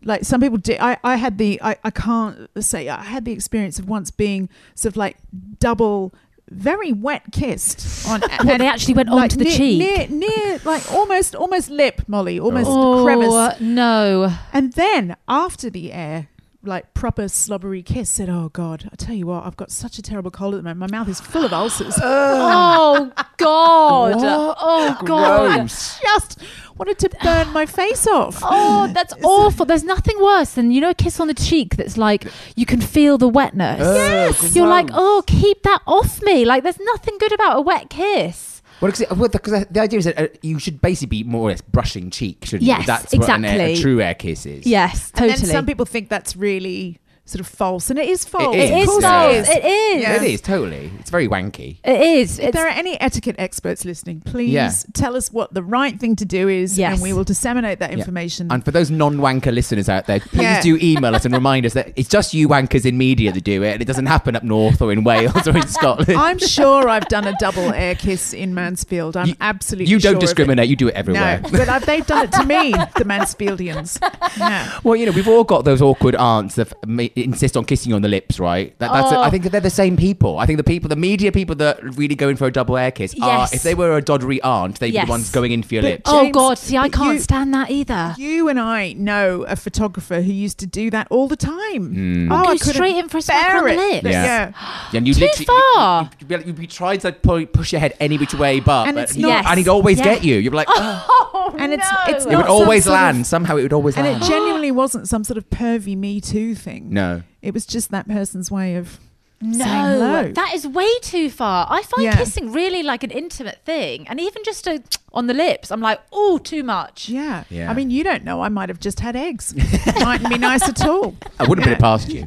[SPEAKER 2] Like some people do. I, I had the, I, I can't say, I had the experience of once being sort of like double very wet kissed on
[SPEAKER 4] Well, they actually went
[SPEAKER 2] like,
[SPEAKER 4] onto the
[SPEAKER 2] near,
[SPEAKER 4] cheek.
[SPEAKER 2] near near like almost almost lip Molly almost
[SPEAKER 4] oh
[SPEAKER 2] crevice
[SPEAKER 4] no!
[SPEAKER 2] and then after the air like proper slobbery kiss said oh god I tell you what I've got such a terrible cold at the moment my mouth is full of ulcers
[SPEAKER 4] Oh god!
[SPEAKER 3] What?
[SPEAKER 4] Oh god!
[SPEAKER 3] Gross.
[SPEAKER 2] just wanted to burn my face off
[SPEAKER 4] Oh, that's awful. There's nothing worse than, you know, a kiss on the cheek that's like, you can feel the wetness.
[SPEAKER 3] Ugh, Yes.
[SPEAKER 4] You're like,
[SPEAKER 3] gross.
[SPEAKER 4] oh, keep that off me. Like, there's nothing good about a wet kiss.
[SPEAKER 3] Well, because the, 'cause the idea is that uh, you should basically be more or less brushing cheek, shouldn't
[SPEAKER 4] Yes,
[SPEAKER 3] you? That's what an air- a
[SPEAKER 4] exactly.
[SPEAKER 3] true air kiss is.
[SPEAKER 4] Yes,
[SPEAKER 2] and
[SPEAKER 4] totally.
[SPEAKER 2] then some people think that's really sort of false and it is false
[SPEAKER 3] is,
[SPEAKER 4] it
[SPEAKER 2] of
[SPEAKER 4] is
[SPEAKER 2] course
[SPEAKER 3] yeah.
[SPEAKER 4] false. It is.
[SPEAKER 2] Yeah.
[SPEAKER 3] It is, totally. It's very wanky.
[SPEAKER 4] It is.
[SPEAKER 2] If
[SPEAKER 4] It's-
[SPEAKER 2] there are any etiquette experts listening, please
[SPEAKER 3] Yeah.
[SPEAKER 2] tell us what the right thing to do is,
[SPEAKER 4] Yes.
[SPEAKER 2] and we will disseminate that
[SPEAKER 3] Yeah.
[SPEAKER 2] information.
[SPEAKER 3] And for those non-wanker listeners out there, please
[SPEAKER 2] Yeah.
[SPEAKER 3] do email us and remind us that it's just you wankers in media that do it, and it doesn't happen up north or in Wales or in Scotland.
[SPEAKER 2] I'm sure I've done a double air kiss in Mansfield. I'm
[SPEAKER 3] You-
[SPEAKER 2] absolutely
[SPEAKER 3] you don't
[SPEAKER 2] sure of it.
[SPEAKER 3] discriminate. You do it
[SPEAKER 2] No,
[SPEAKER 3] everywhere.
[SPEAKER 2] but I've, they've done it to me, the Mansfieldians. Yeah.
[SPEAKER 3] Well, you know, we've all got those awkward aunts that f- ma- insist on kissing you on the lips, right? That, that's.
[SPEAKER 2] Oh.
[SPEAKER 3] I think they're the same people. I think the people, the media people that really go in for a double air kiss are,
[SPEAKER 4] Yes.
[SPEAKER 3] if they were a doddery aunt, they'd be
[SPEAKER 4] Yes.
[SPEAKER 3] the ones going in for your
[SPEAKER 2] But-
[SPEAKER 3] lips.
[SPEAKER 4] oh,
[SPEAKER 2] James,
[SPEAKER 4] God. See, I
[SPEAKER 2] but
[SPEAKER 4] can't
[SPEAKER 2] you-
[SPEAKER 4] stand that either.
[SPEAKER 2] You and I know a photographer who used to do that all the time. Oh,
[SPEAKER 4] Go
[SPEAKER 2] I couldn't
[SPEAKER 4] straight in for a smack
[SPEAKER 2] bear
[SPEAKER 4] on the
[SPEAKER 2] it.
[SPEAKER 4] lips.
[SPEAKER 2] Yeah.
[SPEAKER 3] Hmm. Yeah. And you
[SPEAKER 4] Too
[SPEAKER 3] literally,
[SPEAKER 4] far.
[SPEAKER 3] You, would be, like- you'd be trying to pull, push your head any which way but,
[SPEAKER 2] And
[SPEAKER 3] but-
[SPEAKER 2] it's not- Yes.
[SPEAKER 3] and he'd always
[SPEAKER 4] Yeah.
[SPEAKER 3] get you. You'd be like,
[SPEAKER 4] Oh,
[SPEAKER 2] And it's- it's
[SPEAKER 4] no.
[SPEAKER 3] it
[SPEAKER 2] not
[SPEAKER 3] would
[SPEAKER 2] some
[SPEAKER 3] always
[SPEAKER 2] sort of-
[SPEAKER 3] land. Somehow it would always
[SPEAKER 2] And
[SPEAKER 3] land.
[SPEAKER 2] it genuinely wasn't some sort of pervy Me Too thing.
[SPEAKER 3] no.
[SPEAKER 2] It was just that person's way of
[SPEAKER 4] No,
[SPEAKER 2] saying hello.
[SPEAKER 4] that is way too far. I find
[SPEAKER 2] Yeah.
[SPEAKER 4] kissing really like an intimate thing, and even just a, on the lips, I'm like, oh, too much.
[SPEAKER 2] Yeah.
[SPEAKER 3] Yeah.
[SPEAKER 2] I mean, you don't know. I might have just had eggs. It mightn't be nice at all.
[SPEAKER 3] I wouldn't put it past you.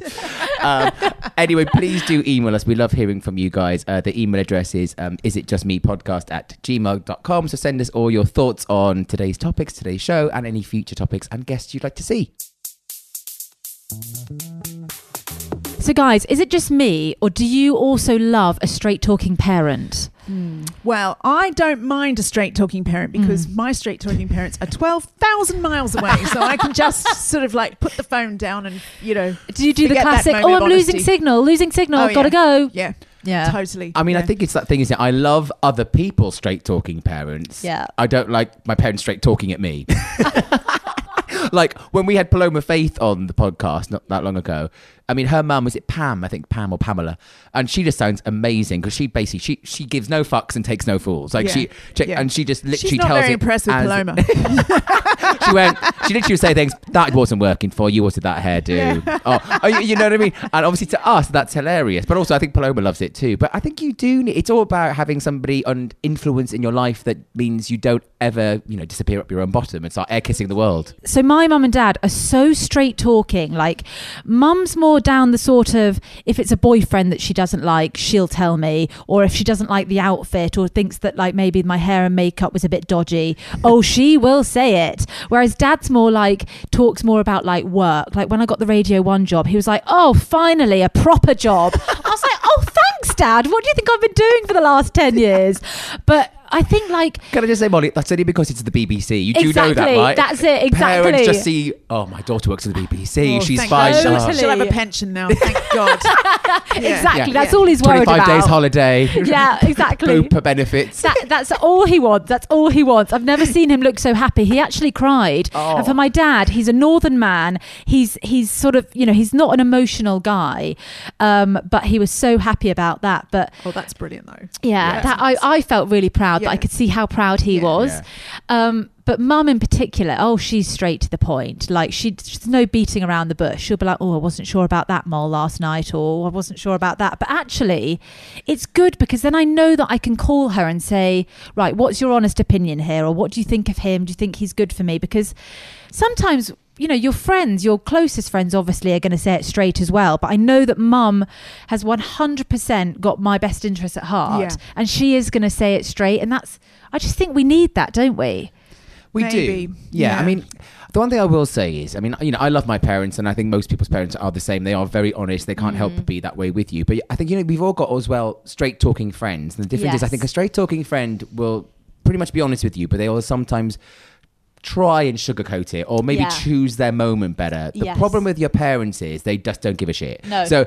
[SPEAKER 3] Um, anyway, please do email us. We love hearing from you guys. Uh, the email address is um, isitjustmepodcast at gmail.com. So send us all your thoughts on today's topics, today's show, and any future topics and guests you'd like to see.
[SPEAKER 4] So, guys, is it just me, or do you also love a straight talking parent?
[SPEAKER 2] Well, I don't mind a straight talking parent because
[SPEAKER 4] Mm.
[SPEAKER 2] my straight talking parents are 12,000 miles away. So I can just sort of like put the phone down and, you know.
[SPEAKER 4] Do you do the
[SPEAKER 2] forget that
[SPEAKER 4] classic,
[SPEAKER 2] moment
[SPEAKER 4] oh,
[SPEAKER 2] of
[SPEAKER 4] I'm losing
[SPEAKER 2] honesty."
[SPEAKER 4] signal, losing signal,
[SPEAKER 2] Oh,
[SPEAKER 4] I've got to
[SPEAKER 2] yeah.
[SPEAKER 4] go?
[SPEAKER 2] Yeah.
[SPEAKER 4] Yeah.
[SPEAKER 2] Totally.
[SPEAKER 3] I mean, I
[SPEAKER 2] Yeah.
[SPEAKER 3] think it's that thing, isn't it? I love other people's straight talking parents.
[SPEAKER 4] Yeah.
[SPEAKER 3] I don't like my parents straight talking at me. like when we had Paloma Faith on the podcast not that long ago. I mean, her mum was it Pam? I think Pam or Pamela, and she just sounds amazing because she basically she she gives no fucks and takes no fools. Like
[SPEAKER 2] Yeah.
[SPEAKER 3] she, she
[SPEAKER 2] Yeah.
[SPEAKER 3] and she just literally
[SPEAKER 2] She's not
[SPEAKER 3] tells
[SPEAKER 2] very
[SPEAKER 3] it
[SPEAKER 2] impressed with
[SPEAKER 3] as-
[SPEAKER 2] Paloma.
[SPEAKER 3] she went. She literally would say things that wasn't working for you. Wasn't that hairdo? Oh, oh, you, you know what I mean. And obviously to us, that's hilarious. But also, I think Paloma loves it too. But I think you do. Need, it's all about having somebody on influence in your life that means you don't ever, you know, disappear up your own bottom and start air kissing the world.
[SPEAKER 4] So my mum and dad are so straight talking. Like, mum's more down the sort of if it's a boyfriend that she doesn't like, she'll tell me, or if she doesn't like the outfit, or thinks that like maybe my hair and makeup was a bit dodgy, oh she will say it. Whereas dad's more like talks more about like work. Like when I got the Radio One job, he was like, oh finally a proper job. I was like, oh thanks, dad. What do you think I've been doing for the last ten years? But I think like
[SPEAKER 3] Can I just say, Molly? That's only because it's the BBC. You do know that,
[SPEAKER 4] Exactly.
[SPEAKER 3] right?
[SPEAKER 4] That's it, exactly.
[SPEAKER 3] Parents just see. Oh, my daughter works at the BBC.
[SPEAKER 2] Oh,
[SPEAKER 3] She's
[SPEAKER 2] thank
[SPEAKER 3] fine.
[SPEAKER 2] God.
[SPEAKER 4] Totally.
[SPEAKER 3] Oh,
[SPEAKER 2] She'll have a pension now. Thank God. Yeah.
[SPEAKER 4] exactly
[SPEAKER 2] Yeah.
[SPEAKER 4] that's all he's worried
[SPEAKER 3] Twenty-five
[SPEAKER 4] about.
[SPEAKER 3] days holiday.
[SPEAKER 4] Yeah, exactly.
[SPEAKER 3] Blooper benefits.
[SPEAKER 4] That, that's all he wants. That's all he wants. I've never seen him look so happy. He actually cried. And
[SPEAKER 2] Oh.
[SPEAKER 4] for my dad, he's a northern man. He's he's sort of you know he's not an emotional guy, um, but he was so happy about that. But
[SPEAKER 2] Oh, that's brilliant, though.
[SPEAKER 4] yeah,
[SPEAKER 3] Yeah.
[SPEAKER 4] that I, I felt really proud that
[SPEAKER 2] Yeah.
[SPEAKER 4] I could see how proud he
[SPEAKER 2] Yeah.
[SPEAKER 4] was. Um, but mum in particular, oh, she's straight to the point. Like she, she's no beating around the bush. She'll be like, oh, I wasn't sure about that mole last night, or I wasn't sure about that. But actually, it's good because then I know that I can call her and say, right, what's your honest opinion here, or what do you think of him? Do you think he's good for me? Because sometimes you know your friends your closest friends obviously are going to say it straight as well but i know that mum has 100% got my best interest at heart
[SPEAKER 2] Yeah.
[SPEAKER 4] and she is going to say it straight and that's i just think we need that don't we
[SPEAKER 3] We
[SPEAKER 2] Maybe.
[SPEAKER 3] do. Yeah,
[SPEAKER 2] Yeah.
[SPEAKER 3] I mean, the one thing I will say is, I mean, you know, I love my parents, and I think most people's parents are the same. They are very honest. They can't
[SPEAKER 4] Mm-hmm.
[SPEAKER 3] help but be that way with you. But I think you know we've all got as well straight talking friends. And the difference is, I
[SPEAKER 4] Yes.
[SPEAKER 3] think a straight talking friend will pretty much be honest with you, but they will sometimes try and sugarcoat it or maybe
[SPEAKER 4] Yeah.
[SPEAKER 3] choose their moment better. The
[SPEAKER 4] Yes.
[SPEAKER 3] problem with your parents is they just don't give a shit.
[SPEAKER 4] No.
[SPEAKER 3] So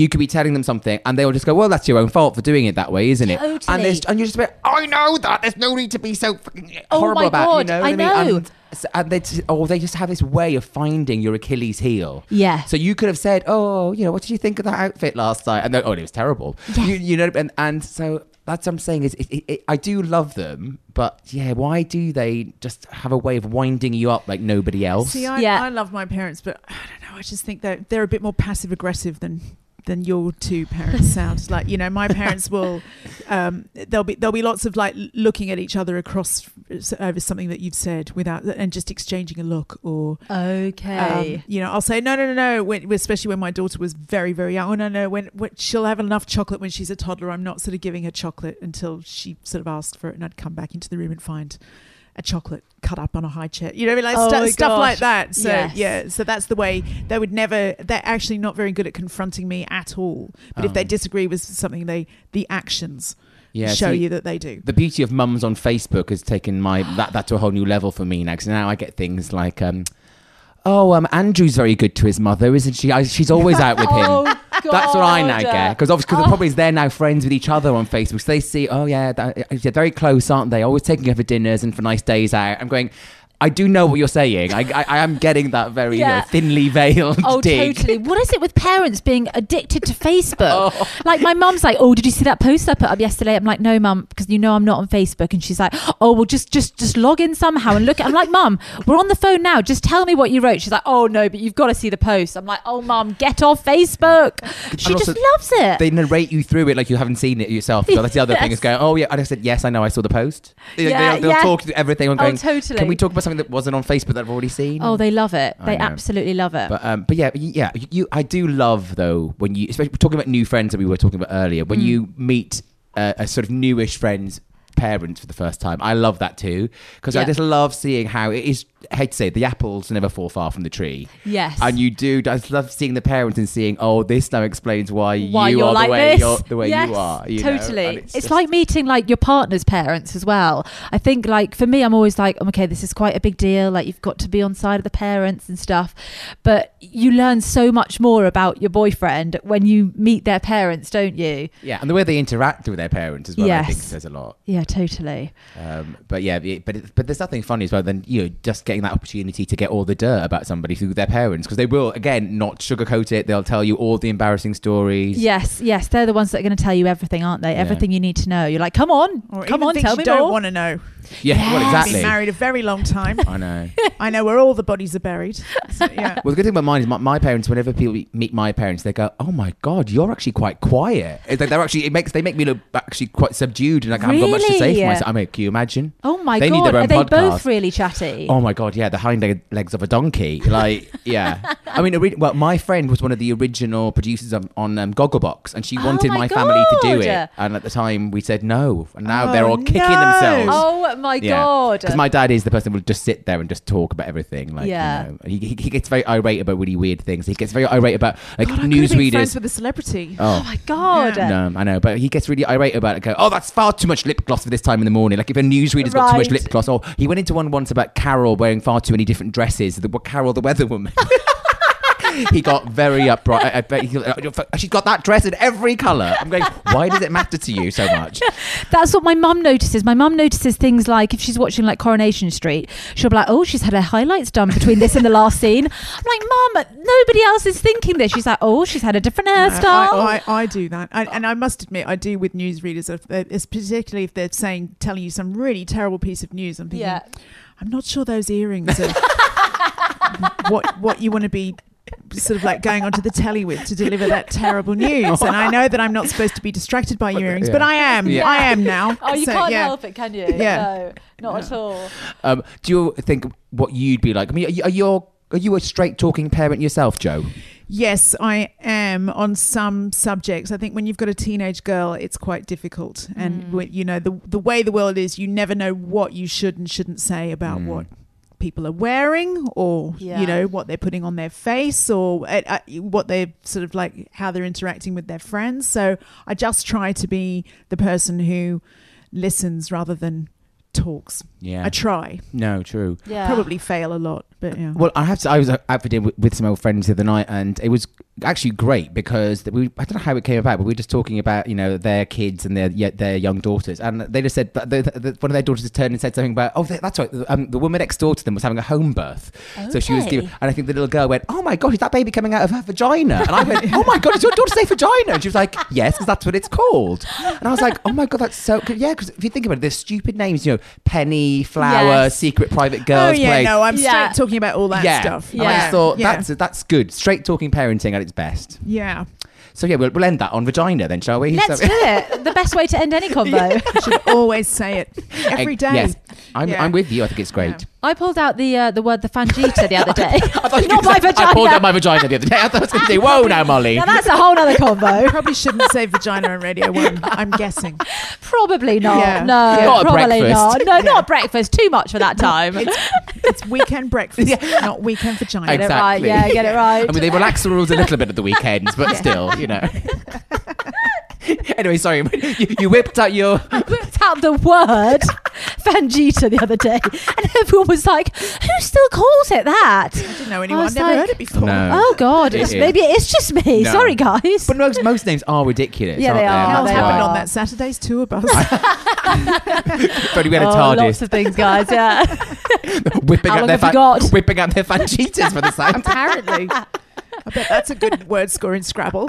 [SPEAKER 3] you could be telling them something and they will just go, well, that's your own fault for doing it that way, isn't it? And, there's-
[SPEAKER 4] Totally.
[SPEAKER 3] and you're just like, I know that. There's no need to be so fucking
[SPEAKER 4] Oh
[SPEAKER 3] horrible
[SPEAKER 4] my
[SPEAKER 3] about it. You
[SPEAKER 4] God,
[SPEAKER 3] know
[SPEAKER 4] I
[SPEAKER 3] what I mean?
[SPEAKER 4] know.
[SPEAKER 3] And, s- and they just, or they just have this way of finding your Achilles heel.
[SPEAKER 4] Yeah.
[SPEAKER 3] So you could have said, "Oh, you know, what did you think of that outfit last night?" And they're, oh, it was terrible. You, you know, and and so that's what I'm saying is, it, it, it, I do love them, but yeah, why do they just have a way of winding you up like nobody else?
[SPEAKER 2] See, I,
[SPEAKER 4] Yeah.
[SPEAKER 2] I love my parents, but I don't know. I just think that they're a bit more passive aggressive than than your two parents sound. Like you know, my parents will um, there'll be there'll be lots of like l- looking at each other across over something that you've said without and just exchanging a look or.
[SPEAKER 4] Okay.
[SPEAKER 2] Um, you know, I'll say no, no, no, no. When, especially when my daughter was very, very young. Oh no, no. When, when she'll have enough chocolate when she's a toddler. I'm not sort of giving her chocolate until she sort of asked for it, and I'd come back into the room and find a chocolate cut up on a high chair. You know, what I mean? like
[SPEAKER 4] Oh
[SPEAKER 2] stu-
[SPEAKER 4] my
[SPEAKER 2] stuff like
[SPEAKER 4] gosh.
[SPEAKER 2] that. So
[SPEAKER 4] Yes.
[SPEAKER 2] yeah, so that's the way they would never. They're actually not very good at confronting me at all. But if they disagree with something, they the actions
[SPEAKER 3] Oh. Yeah,
[SPEAKER 2] show
[SPEAKER 3] see-
[SPEAKER 2] you that they do.
[SPEAKER 3] the beauty of mums on Facebook has taken my that, that to a whole new level for me now. Because now I get things like, um, "Oh, um, Andrew's very good to his mother, isn't she? I, she's always out
[SPEAKER 4] Um,
[SPEAKER 3] with him." That's what I now
[SPEAKER 4] Oh, God. Oh.
[SPEAKER 3] get because obviously cause the problem is they're now friends with each other on Facebook. So they see, oh yeah, that, they're very close, aren't they? Always taking her for dinners and for nice days out. I'm going. I do know what you're saying. I, I, I am getting that very you
[SPEAKER 4] Yeah.
[SPEAKER 3] know, thinly veiled
[SPEAKER 4] Oh,
[SPEAKER 3] dig.
[SPEAKER 4] totally. What is it with parents being addicted to Facebook? Like, my mum's like, "Oh, did you see that post I put up yesterday?" I'm like, "No, mum, because you know I'm not on Facebook." And she's like, "Oh, well, just just just log in somehow and look." at I'm like, "Mum, we're on the phone now. Just tell me what you wrote." She's like, "Oh no, but you've got to see the post." I'm like, "Oh, mum, get off Facebook." She
[SPEAKER 3] And
[SPEAKER 4] just
[SPEAKER 3] also,
[SPEAKER 4] loves it.
[SPEAKER 3] They narrate you through it like you haven't seen it yourself. So that's the other thing is
[SPEAKER 4] Yes.
[SPEAKER 3] going, oh yeah, and I said yes, I know, I saw the post. They,
[SPEAKER 4] Yeah,
[SPEAKER 3] will they'll
[SPEAKER 4] yeah.
[SPEAKER 3] talk to everything. I'm
[SPEAKER 4] Oh,
[SPEAKER 3] going,
[SPEAKER 4] totally.
[SPEAKER 3] Can we talk about something that wasn't on Facebook that I've already seen?
[SPEAKER 4] oh, they love it.
[SPEAKER 3] I
[SPEAKER 4] They
[SPEAKER 3] know.
[SPEAKER 4] absolutely love it.
[SPEAKER 3] But um, but yeah, y- yeah. You, you, I do love though when you, especially talking about new friends that we were talking about earlier.
[SPEAKER 4] Hmm.
[SPEAKER 3] When you meet uh, a sort of newish friend's parents for the first time, I love that too because I
[SPEAKER 4] Yeah.
[SPEAKER 3] just love seeing how it is. I hate to say, it, the apples never fall far from the tree.
[SPEAKER 4] Yes.
[SPEAKER 3] and you do. I just love seeing the parents and seeing. Oh, this now explains why,
[SPEAKER 4] why
[SPEAKER 3] you
[SPEAKER 4] you're
[SPEAKER 3] are
[SPEAKER 4] like
[SPEAKER 3] the way
[SPEAKER 4] this.
[SPEAKER 3] you're the way
[SPEAKER 4] yes,
[SPEAKER 3] you are. you know? And
[SPEAKER 4] totally. It's,
[SPEAKER 3] just-
[SPEAKER 4] like meeting like your partner's parents as well. I think like for me, I'm always like, "Oh, okay, this is quite a big deal. Like you've got to be on side of the parents and stuff. But you learn so much more about your boyfriend when you meet their parents, don't you?
[SPEAKER 3] yeah, and the way they interact with their parents as well. I think
[SPEAKER 4] Yes.
[SPEAKER 3] says a lot.
[SPEAKER 4] Yeah, totally.
[SPEAKER 3] Um, but yeah, it- but it, but there's nothing funny as well than you know just getting that opportunity to get all the dirt about somebody through their parents because they will again not sugarcoat it. They'll tell you all the embarrassing stories.
[SPEAKER 4] Yes, yes, they're the ones that are going to tell you everything, aren't they? Everything you need to know. You're like, come on,
[SPEAKER 2] Or
[SPEAKER 4] come
[SPEAKER 2] even
[SPEAKER 4] on,
[SPEAKER 2] things
[SPEAKER 4] tell
[SPEAKER 2] you
[SPEAKER 4] me
[SPEAKER 2] don't
[SPEAKER 4] more.
[SPEAKER 2] want to know.
[SPEAKER 3] yeah, well,
[SPEAKER 2] I've
[SPEAKER 4] Yes.
[SPEAKER 2] been
[SPEAKER 3] exactly.
[SPEAKER 2] married a very long time.
[SPEAKER 3] I know.
[SPEAKER 2] I know where all the bodies are buried. So, yeah.
[SPEAKER 3] Well, the good thing about mine is my, my parents. Whenever people meet my parents, they go, "Oh my god, you're actually quite quiet." It's like they're actually it makes they make me look actually quite subdued and like I haven't got much to say for
[SPEAKER 4] Really?
[SPEAKER 3] myself. I mean, can you imagine?
[SPEAKER 4] Oh my
[SPEAKER 3] They need
[SPEAKER 4] god,
[SPEAKER 3] their own
[SPEAKER 4] are they
[SPEAKER 3] podcast.
[SPEAKER 4] both really chatty?
[SPEAKER 3] Oh my god, yeah, the hind leg- legs of a donkey. Like, yeah. I mean, ori- well, my friend was one of the original producers on, on um, Gogglebox, and she
[SPEAKER 4] Oh
[SPEAKER 3] wanted my,
[SPEAKER 4] my
[SPEAKER 3] family to do
[SPEAKER 4] God.
[SPEAKER 3] it. And at the time, we said no, and now
[SPEAKER 2] Oh,
[SPEAKER 3] they're all kicking
[SPEAKER 2] no.
[SPEAKER 3] themselves.
[SPEAKER 4] Oh my god!
[SPEAKER 3] Because my dad is the person who will just sit there and just talk about everything. Like,
[SPEAKER 4] Yeah.
[SPEAKER 3] you know, he, he he gets very irate about really weird things. He gets very irate about like Uh,
[SPEAKER 2] God, I could have been friends
[SPEAKER 3] newsreaders.
[SPEAKER 2] with a celebrity.
[SPEAKER 4] oh my god!
[SPEAKER 3] No, I know, but he gets really irate about it. Go, oh, that's far too much lip gloss for this time in the morning. Like if a newsreader's got too much
[SPEAKER 4] Right.
[SPEAKER 3] lip gloss, or he went into one once about Carol wearing far too many different dresses. The Carol, the weather woman. he got very upright. I- I bet he- She's got that dress in every colour. I'm going. Why does it matter to you so much?
[SPEAKER 4] That's what my mum notices. My mum notices things like if she's watching like Coronation Street, she'll be like, "Oh, she's had her highlights done between this and the last scene." I'm like, "Mum, nobody else is thinking this." She's like, "Oh, she's had a different hairstyle."
[SPEAKER 2] I, I, I do that, I, and I must admit, I do with newsreaders. If they're- it's particularly if they're saying, telling you some really terrible piece of news. I'm thinking,
[SPEAKER 4] Yeah.
[SPEAKER 2] I'm not sure those earrings are what what you want to be sort of like going onto the telly with to deliver that terrible news. And I know that I'm not supposed to be distracted by earrings, but
[SPEAKER 3] yeah.
[SPEAKER 2] I am.
[SPEAKER 3] Yeah.
[SPEAKER 2] I am now.
[SPEAKER 4] Oh,
[SPEAKER 2] So, yeah.
[SPEAKER 4] it, can you?
[SPEAKER 2] Yeah.
[SPEAKER 4] No, not at all.
[SPEAKER 3] Um, do you think what you'd be like? I mean, are you? Are you are you a straight talking parent yourself, Joe?
[SPEAKER 2] Yes, I am on some subjects. I think when you've got a teenage girl, it's quite difficult, and
[SPEAKER 4] Mm.
[SPEAKER 2] when- you know the the way the world is, you never know what you should and shouldn't say
[SPEAKER 3] Mm.
[SPEAKER 2] about what people are wearing, or
[SPEAKER 4] Yeah.
[SPEAKER 2] you know what they're putting on their face, or uh, uh, what they're sort of like how they're interacting with their friends. So I just try to be the person who listens rather than talks.
[SPEAKER 3] Yeah.
[SPEAKER 2] I try.
[SPEAKER 3] no, true.
[SPEAKER 4] Yeah.
[SPEAKER 2] Probably fail a lot, but yeah.
[SPEAKER 3] Well, I have to. I was uh, out for dinner with- with some old friends the other night, and it was actually great because we. I don't know how it came about, but we were just talking about you know their kids and their yet their young daughters, and they just said that the, the, one of their daughters turned and said something about oh th- that's right, um, the woman next door to them was having a home birth, so she was
[SPEAKER 4] Okay.
[SPEAKER 3] giving, and I think the little girl went, oh my god, is that baby coming out of her vagina? And I went, oh my god, is your daughter say vagina? And she was like, yes, because that's what it's called. And I was like, oh my god, that's so 'cause- yeah, because if you think about it, there's stupid names, you know, Penny, Flower,
[SPEAKER 4] Yes.
[SPEAKER 3] Secret Private
[SPEAKER 2] oh
[SPEAKER 3] Girls.
[SPEAKER 2] yeah,
[SPEAKER 3] Place
[SPEAKER 2] no, I'm
[SPEAKER 4] Yeah.
[SPEAKER 2] straight talking about all that
[SPEAKER 3] yeah.
[SPEAKER 2] stuff.
[SPEAKER 3] And I just thought
[SPEAKER 2] Yeah.
[SPEAKER 3] that's that's good. Straight talking parenting at its best.
[SPEAKER 2] yeah.
[SPEAKER 3] So yeah, we'll, we'll end that on vagina then, shall we?
[SPEAKER 4] Let's
[SPEAKER 3] So-
[SPEAKER 4] do it. The best way to end any combo.
[SPEAKER 2] Should always say it every day.
[SPEAKER 3] Yes, I'm,
[SPEAKER 2] Yeah.
[SPEAKER 3] I'm with you. I think it's great.
[SPEAKER 4] I pulled out the uh, the word the fangita the other day.
[SPEAKER 3] thought you
[SPEAKER 4] Not
[SPEAKER 3] were
[SPEAKER 4] my
[SPEAKER 3] gonna say,
[SPEAKER 4] vagina.
[SPEAKER 3] I pulled out my vagina the other day. I thought I was going to say, "Whoa, now, Molly."
[SPEAKER 4] now that's a whole other combo.
[SPEAKER 2] Probably shouldn't say vagina on Radio One. I'm guessing
[SPEAKER 4] Probably not.
[SPEAKER 2] Yeah.
[SPEAKER 4] No,
[SPEAKER 2] Yeah.
[SPEAKER 3] Not at
[SPEAKER 4] probably
[SPEAKER 3] breakfast.
[SPEAKER 4] not. No, not at breakfast. Too much for that time.
[SPEAKER 2] it's, it's weekend breakfast, not weekend vagina.
[SPEAKER 4] Get it
[SPEAKER 3] Exactly.
[SPEAKER 4] right. Yeah, get it right.
[SPEAKER 3] I mean, they relax the rules a little bit at the weekends, but still, you know. anyway, sorry, you, you whipped out your.
[SPEAKER 4] whipped out the word fangita the other day, and everyone was like, "Who still calls it that?" I
[SPEAKER 2] Didn't know anyone.
[SPEAKER 4] was
[SPEAKER 2] Never
[SPEAKER 4] like,
[SPEAKER 2] heard it before.
[SPEAKER 3] No.
[SPEAKER 4] Oh God!
[SPEAKER 3] It
[SPEAKER 4] it's-
[SPEAKER 3] is.
[SPEAKER 4] maybe it's just me.
[SPEAKER 3] No.
[SPEAKER 4] Sorry, guys.
[SPEAKER 3] But most, most names are ridiculous.
[SPEAKER 4] Yeah, they
[SPEAKER 2] Hell
[SPEAKER 4] are.
[SPEAKER 3] aren't
[SPEAKER 4] They
[SPEAKER 3] That's
[SPEAKER 2] happened
[SPEAKER 3] why.
[SPEAKER 2] on that Saturday's tour bus.
[SPEAKER 3] If only we had a
[SPEAKER 4] Oh, lots
[SPEAKER 3] TARDIS
[SPEAKER 4] of things, guys. Yeah.
[SPEAKER 3] whipping
[SPEAKER 4] How
[SPEAKER 3] out
[SPEAKER 4] long
[SPEAKER 3] their
[SPEAKER 4] have we
[SPEAKER 3] fa-
[SPEAKER 4] got?
[SPEAKER 3] whipping out their fangitas for the sound.
[SPEAKER 2] Apparently, I bet that's a good word score in Scrabble.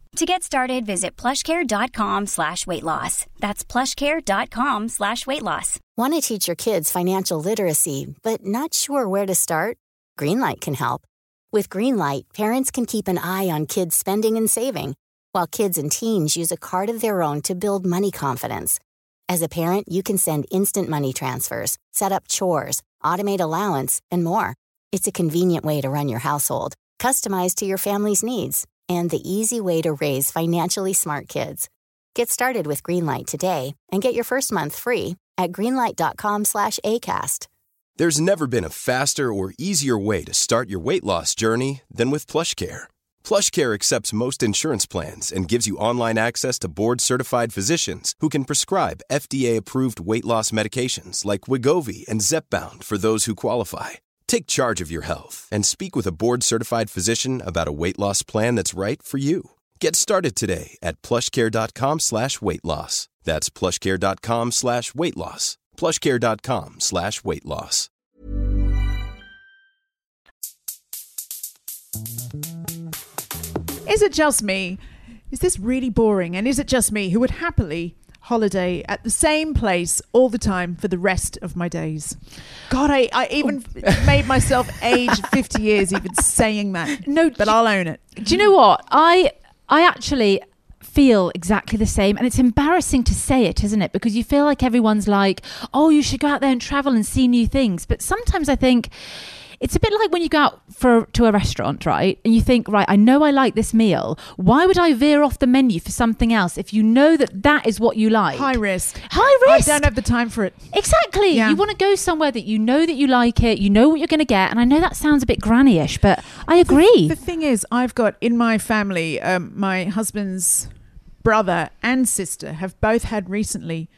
[SPEAKER 5] To get started, visit plushcare.com slash weight loss. That's plushcare.com slash weight loss.
[SPEAKER 1] Want to teach your kids financial literacy, but not sure where to start? Greenlight can help. With Greenlight, parents can keep an eye on kids' spending and saving, while kids and teens use a card of their own to build money confidence. As a parent, you can send instant money transfers, set up chores, automate allowance, and more. It's a convenient way to run your household, customized to your family's needs, and the easy way to raise financially smart kids. Get started with Greenlight today and get your first month free at greenlight.com slash ACAST.
[SPEAKER 6] There's never been a faster or easier way to start your weight loss journey than with PlushCare. PlushCare accepts most insurance plans and gives you online access to board-certified physicians who can prescribe FDA-approved weight loss medications like Wigovi and Zepbound for those who qualify. Take charge of your health and speak with a board-certified physician about a weight loss plan that's right for you. Get started today at plushcare.com slash weight loss. That's plushcare.com slash weight loss. plushcare.com slash weight loss.
[SPEAKER 2] Is it just me? Is this really boring? And is it just me who would happily holiday at the same place all the time for the rest of my days? God, I, I even made myself age 50 years even saying that.
[SPEAKER 4] No,
[SPEAKER 2] but I'll own it.
[SPEAKER 4] Do you know what I? I actually feel exactly the same, and it's embarrassing to say it, isn't it? Because you feel like everyone's like, "Oh, you should go out there and travel and see new things." But sometimes I think. It's a bit like when you go out for to a restaurant, right? And you think, right, I know I like this meal. Why would I veer off the menu for something else if you know that that is what you like?
[SPEAKER 2] High risk.
[SPEAKER 4] High risk.
[SPEAKER 2] I don't have the time for it.
[SPEAKER 4] Exactly.
[SPEAKER 2] Yeah.
[SPEAKER 4] You want to go somewhere that you know that you like it, you know what you're going to get. And I know that sounds a bit granny-ish, but I agree.
[SPEAKER 2] The thing is, I've got in my family, um, my husband's brother and sister have both had recently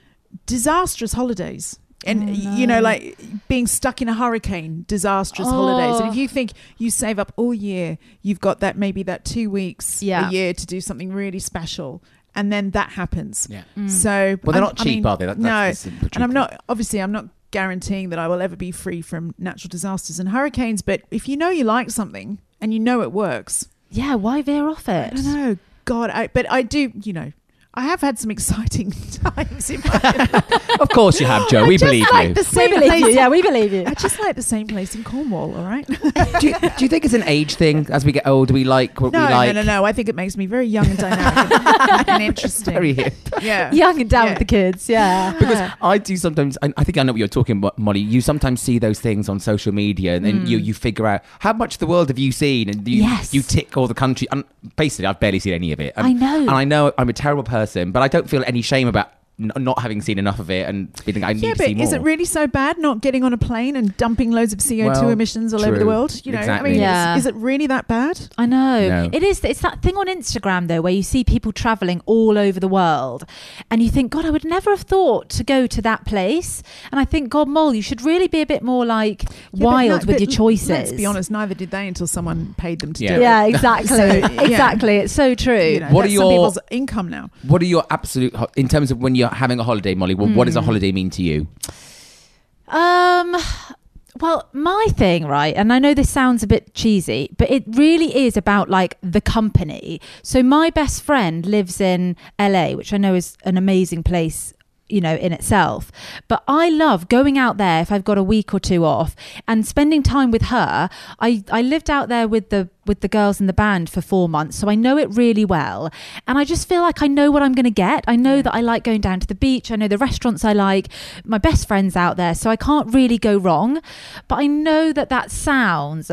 [SPEAKER 2] disastrous holidays. And you know, like being stuck in a hurricane, disastrous holidays. And if you think you save up all year, you've got that maybe that two weeks
[SPEAKER 4] Yeah.
[SPEAKER 2] a year to do something really special, and then that happens.
[SPEAKER 3] Yeah.
[SPEAKER 2] So
[SPEAKER 3] Well, they're not cheap,
[SPEAKER 2] mean,
[SPEAKER 3] are they? That-
[SPEAKER 2] no,
[SPEAKER 3] that's- that's the
[SPEAKER 2] and I'm
[SPEAKER 3] tricky.
[SPEAKER 2] not obviously I'm not guaranteeing that I will ever be free from natural disasters and hurricanes. But if you know you like something and you know it works,
[SPEAKER 4] yeah, why veer off it?
[SPEAKER 2] I don't know. God, I, but I do. You know, I have had some exciting times in my
[SPEAKER 3] Of course you have, Joe.
[SPEAKER 2] I
[SPEAKER 3] We
[SPEAKER 2] just
[SPEAKER 3] believe
[SPEAKER 2] like
[SPEAKER 3] you.
[SPEAKER 2] the
[SPEAKER 4] We
[SPEAKER 2] same
[SPEAKER 4] believe you.
[SPEAKER 2] place-
[SPEAKER 4] Yeah, we believe you.
[SPEAKER 2] I just like the same place in Cornwall, all right?
[SPEAKER 3] do, you, do you think it's an age thing? As we get older, we like what
[SPEAKER 2] No,
[SPEAKER 3] we like.
[SPEAKER 2] no, no, no. I think it makes me very young and dynamic and interesting.
[SPEAKER 3] Very hip.
[SPEAKER 2] yeah.
[SPEAKER 4] Young and down
[SPEAKER 2] Yeah.
[SPEAKER 4] with the kids. Yeah.
[SPEAKER 3] Because I do sometimes, I, I think I know what you're talking about, Molly. You sometimes see those things on social media, and then you
[SPEAKER 2] Mm.
[SPEAKER 3] you figure out how much of the world have you seen, and you
[SPEAKER 4] Yes.
[SPEAKER 3] you tick all the country. And basically, I've barely seen any of it. And-
[SPEAKER 4] I know.
[SPEAKER 3] and I know I'm a terrible person, but I don't feel any shame about n- not having seen enough of it and feeling I need
[SPEAKER 2] Yeah,
[SPEAKER 3] to
[SPEAKER 2] but
[SPEAKER 3] see more.
[SPEAKER 2] is it really so bad not getting on a plane and dumping loads of CO2
[SPEAKER 3] Well,
[SPEAKER 2] emissions all over the
[SPEAKER 3] true.
[SPEAKER 2] world? You know,
[SPEAKER 3] Exactly.
[SPEAKER 2] I mean,
[SPEAKER 4] Yeah.
[SPEAKER 2] is, is it really that bad?
[SPEAKER 4] I know.
[SPEAKER 3] No.
[SPEAKER 4] It is. It's that thing on Instagram though, where you see people traveling all over the world, and you think, God, I would never have thought to go to that place. And I think, God, Mole, you should really be a bit more like
[SPEAKER 2] Yeah, but no-
[SPEAKER 4] wild with
[SPEAKER 2] but
[SPEAKER 4] your choices.
[SPEAKER 2] Let's be honest, neither did they until someone paid them to do
[SPEAKER 3] Yeah.
[SPEAKER 2] it.
[SPEAKER 4] Yeah, exactly,
[SPEAKER 2] So, yeah.
[SPEAKER 4] exactly. It's so true.
[SPEAKER 2] You know,
[SPEAKER 3] What
[SPEAKER 2] that's
[SPEAKER 3] are
[SPEAKER 2] some
[SPEAKER 3] your-
[SPEAKER 2] people's income now?
[SPEAKER 3] What are your absolute ho- in terms of when you're having a holiday, Molly? Well, what does a
[SPEAKER 2] Mm.
[SPEAKER 3] holiday mean to you?
[SPEAKER 4] Um. Well, my thing, right, and I know this sounds a bit cheesy, but it really is about like the company. So my best friend lives in LA, which I know is an amazing place, you know, in itself. But I love going out there if I've got a week or two off and spending time with her. I I lived out there with the with the girls in the band for 4 months, so I know it really well. And I just feel like I know what I'm going to get. I know that I like going down to the beach. I know the restaurants I like. My best friends out there, so I can't really go wrong. But I know that that sounds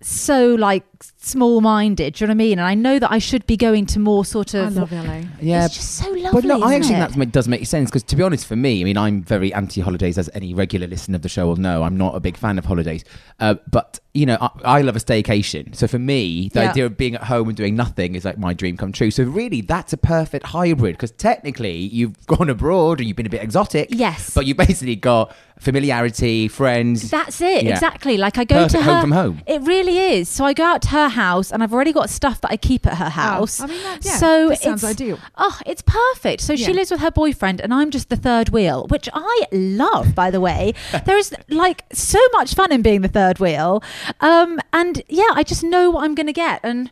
[SPEAKER 4] so like small minded, do you know what I mean? And I know that I should be going to more sort of
[SPEAKER 2] LA.
[SPEAKER 3] Yeah,
[SPEAKER 4] It's just so lovely.
[SPEAKER 3] But no, I
[SPEAKER 4] isn't
[SPEAKER 3] actually
[SPEAKER 4] it?
[SPEAKER 3] think that does make sense because, to be honest, for me, I mean, I'm very anti-holidays, as any regular listener of the show will know. I'm not a big fan of holidays, uh, but you know, I, I love a staycation. So for me, the
[SPEAKER 4] Yeah.
[SPEAKER 3] idea of being at home and doing nothing is like my dream come true. So really, that's a perfect hybrid because technically, you've gone abroad and you've been a bit exotic.
[SPEAKER 4] Yes.
[SPEAKER 3] but you basically got familiarity, friends.
[SPEAKER 4] That's it,
[SPEAKER 3] Yeah.
[SPEAKER 4] exactly. Like I go to
[SPEAKER 3] Perfect
[SPEAKER 4] her
[SPEAKER 3] home from home.
[SPEAKER 4] It really is. So I go out to her house, and I've already got stuff that I keep at her house.
[SPEAKER 2] Oh, I mean, that- yeah,
[SPEAKER 4] so
[SPEAKER 2] that sounds
[SPEAKER 4] it's-
[SPEAKER 2] ideal.
[SPEAKER 4] Oh, it's perfect. So
[SPEAKER 2] Yeah.
[SPEAKER 4] she lives with her boyfriend, and I'm just the third wheel, which I love. By the way, there is like so much fun in being the third wheel, um, and yeah, I just know what I'm going to get, and.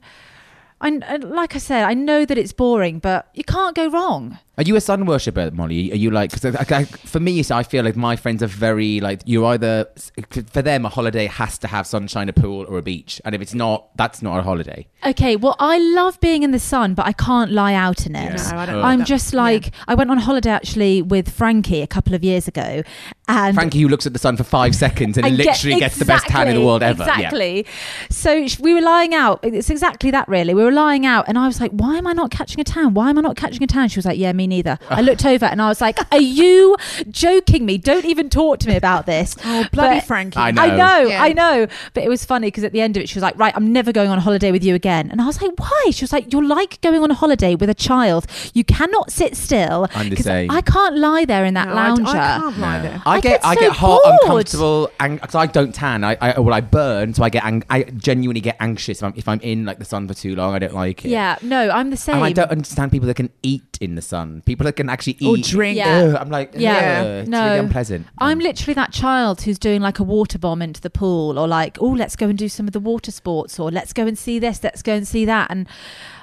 [SPEAKER 4] And, and like I said, I know that it's boring, but you can't go wrong.
[SPEAKER 3] Are you a sun worshipper, Molly? Are you like? Cause I, I, for me, so I feel like my friends are very like you. Either for them, a holiday has to have sunshine, a pool, or a beach, and if it's not, that's not a holiday.
[SPEAKER 4] Okay, well, I love being in the sun, but I can't lie out in it.
[SPEAKER 2] No, I don't like
[SPEAKER 4] I'm
[SPEAKER 2] that.
[SPEAKER 4] just
[SPEAKER 2] Yeah.
[SPEAKER 4] like I went on holiday actually with Frankie a couple of years ago, and
[SPEAKER 3] Frankie, who looks at the sun for five seconds and,
[SPEAKER 4] and get-
[SPEAKER 3] literally gets the best tan in the
[SPEAKER 4] exactly,
[SPEAKER 3] world ever. Yeah.
[SPEAKER 4] Exactly. So sh- we were lying out. It's exactly that, really. We were lying out, and I was like, "Why am I not catching a tan? Why am I not catching a tan?" She was like, "Yeah, me neither." I looked over, and I was like, "Are you joking me? Don't even talk to me about this."
[SPEAKER 2] Oh, bloody
[SPEAKER 4] But-
[SPEAKER 2] Frankie.
[SPEAKER 3] I know.
[SPEAKER 4] I know,
[SPEAKER 2] Yeah.
[SPEAKER 4] I know. But it was funny because at the end of it, she was like, Right, I'm never going on holiday with you again. And I was like, Why? She was like, You're like going on a holiday with a child. You cannot sit still.
[SPEAKER 3] I'm the
[SPEAKER 4] 'Cause
[SPEAKER 3] same.
[SPEAKER 4] I can't lie there in that
[SPEAKER 2] No, I d-
[SPEAKER 4] lounger.
[SPEAKER 2] I, can't lie there.
[SPEAKER 3] I
[SPEAKER 4] I
[SPEAKER 3] get,
[SPEAKER 4] get
[SPEAKER 3] I
[SPEAKER 4] so
[SPEAKER 3] get hot,
[SPEAKER 4] bored.
[SPEAKER 3] uncomfortable, and because I don't tan, I, I well, I burn, so I get, ang- I genuinely get anxious if I'm, if I'm in like the sun for too long. I don't like it.
[SPEAKER 4] yeah, no, I'm the same.
[SPEAKER 3] And I don't understand people that can eat in the sun. People that can actually eat
[SPEAKER 2] Or drink.
[SPEAKER 4] Yeah.
[SPEAKER 3] Ugh, I'm like, yeah,
[SPEAKER 4] Yeah.
[SPEAKER 3] it's
[SPEAKER 4] No.
[SPEAKER 3] really unpleasant. Mm.
[SPEAKER 4] I'm literally that child who's doing like a water bomb into the pool or like, oh, let's go and do some of the water sports or let's go and see this, let's go and see that. And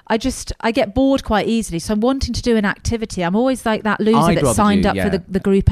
[SPEAKER 4] I just, I get bored quite easily. So I'm wanting to do an activity. I'm always like that loser
[SPEAKER 3] I'd rather
[SPEAKER 4] that signed
[SPEAKER 3] do,
[SPEAKER 4] up
[SPEAKER 3] yeah.
[SPEAKER 4] for the, the group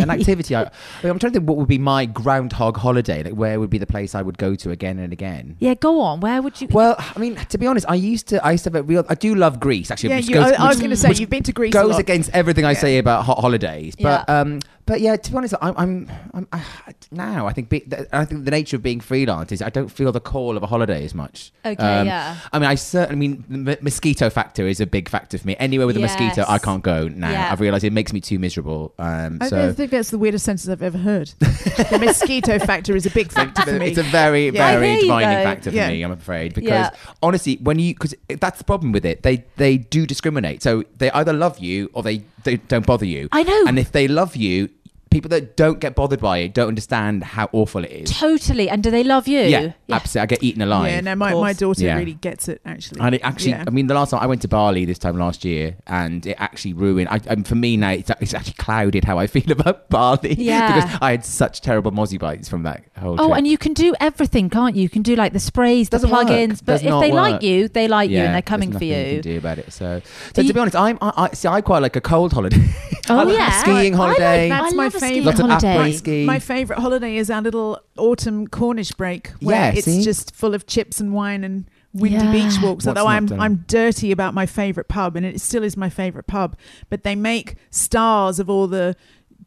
[SPEAKER 3] an activity. I, I am trying to think what would be my groundhog holiday. Like, where would be the place I would go to again and again?
[SPEAKER 4] yeah, go on. Where would you?
[SPEAKER 3] Well, I mean, to be honest, I used to. I used to have a real. I do love Greece, actually.
[SPEAKER 2] Yeah,
[SPEAKER 3] Oh, which
[SPEAKER 2] you,
[SPEAKER 3] goes,
[SPEAKER 2] I, I
[SPEAKER 3] which
[SPEAKER 2] was going to say, you've been to Greece. a
[SPEAKER 3] goes
[SPEAKER 2] lot.
[SPEAKER 3] against everything I say about hot holidays. But
[SPEAKER 4] Yeah.
[SPEAKER 3] um, but yeah, to be honest, I'm I'm, I'm I, now I think be, th- I think the nature of being freelance is I don't feel the call of a holiday as much. Um,
[SPEAKER 4] Okay, yeah.
[SPEAKER 3] I mean, I certainly I mean the m- mosquito factor is a big factor for me. Anywhere with a mosquito,
[SPEAKER 4] Yes.
[SPEAKER 3] I can't go now.
[SPEAKER 4] Yeah.
[SPEAKER 3] I've realised it makes me too miserable. Um,
[SPEAKER 2] I,
[SPEAKER 3] so.
[SPEAKER 2] I think that's the weirdest sentence I've ever heard. the mosquito factor is a big factor for me.
[SPEAKER 3] It's a very,
[SPEAKER 2] Yeah.
[SPEAKER 4] I
[SPEAKER 3] very
[SPEAKER 4] hear you,
[SPEAKER 3] defining
[SPEAKER 4] though.
[SPEAKER 3] factor for
[SPEAKER 2] Yeah.
[SPEAKER 3] me, I'm afraid, because
[SPEAKER 4] Yeah.
[SPEAKER 3] honestly, when you because that's the problem with it, they they do discriminate. So they either love you or they they don't bother you.
[SPEAKER 4] I know.
[SPEAKER 3] And if they love you. people that don't get bothered by it don't understand how awful it is.
[SPEAKER 4] Totally. And do they love you?
[SPEAKER 3] Yeah, absolutely. I get eaten alive.
[SPEAKER 2] yeah, no, my, my daughter
[SPEAKER 3] Yeah.
[SPEAKER 2] really gets it actually.
[SPEAKER 3] And it actually,
[SPEAKER 2] Yeah.
[SPEAKER 3] I mean, the last time I went to Bali this time last year, and it actually ruined. I, um, for me now, it's, it's actually clouded how I feel about Bali
[SPEAKER 4] Yeah.
[SPEAKER 3] because I had such terrible mozzie bites from that whole.
[SPEAKER 4] Oh,
[SPEAKER 3] trip.
[SPEAKER 4] and you can do everything, can't you? You can do like the sprays, the
[SPEAKER 3] Doesn't work.
[SPEAKER 4] plugins, but
[SPEAKER 3] Does
[SPEAKER 4] if
[SPEAKER 3] not
[SPEAKER 4] they
[SPEAKER 3] work.
[SPEAKER 4] like you, they like you,
[SPEAKER 3] Yeah,
[SPEAKER 4] and they're
[SPEAKER 3] there's
[SPEAKER 4] coming for
[SPEAKER 3] nothing can
[SPEAKER 4] you.
[SPEAKER 3] do about it. So, so
[SPEAKER 4] you-
[SPEAKER 3] to be honest, I'm I, I see. I quite like a cold holiday. I
[SPEAKER 4] Oh
[SPEAKER 3] like a
[SPEAKER 4] yeah,
[SPEAKER 3] skiing holiday.
[SPEAKER 2] That's
[SPEAKER 4] I
[SPEAKER 2] my
[SPEAKER 4] love a skiing
[SPEAKER 2] favourite.
[SPEAKER 3] Lots of
[SPEAKER 4] holiday.
[SPEAKER 3] upright ski.
[SPEAKER 2] My favourite holiday is our little autumn Cornish break where
[SPEAKER 3] Yeah,
[SPEAKER 2] it's
[SPEAKER 3] see?
[SPEAKER 2] just full of chips and wine and windy
[SPEAKER 4] Yeah.
[SPEAKER 2] beach walks.
[SPEAKER 3] What's
[SPEAKER 2] Although
[SPEAKER 3] not
[SPEAKER 2] I'm
[SPEAKER 3] to-
[SPEAKER 2] I'm dirty about my favourite pub and it still is my favourite pub. But they make stars of all the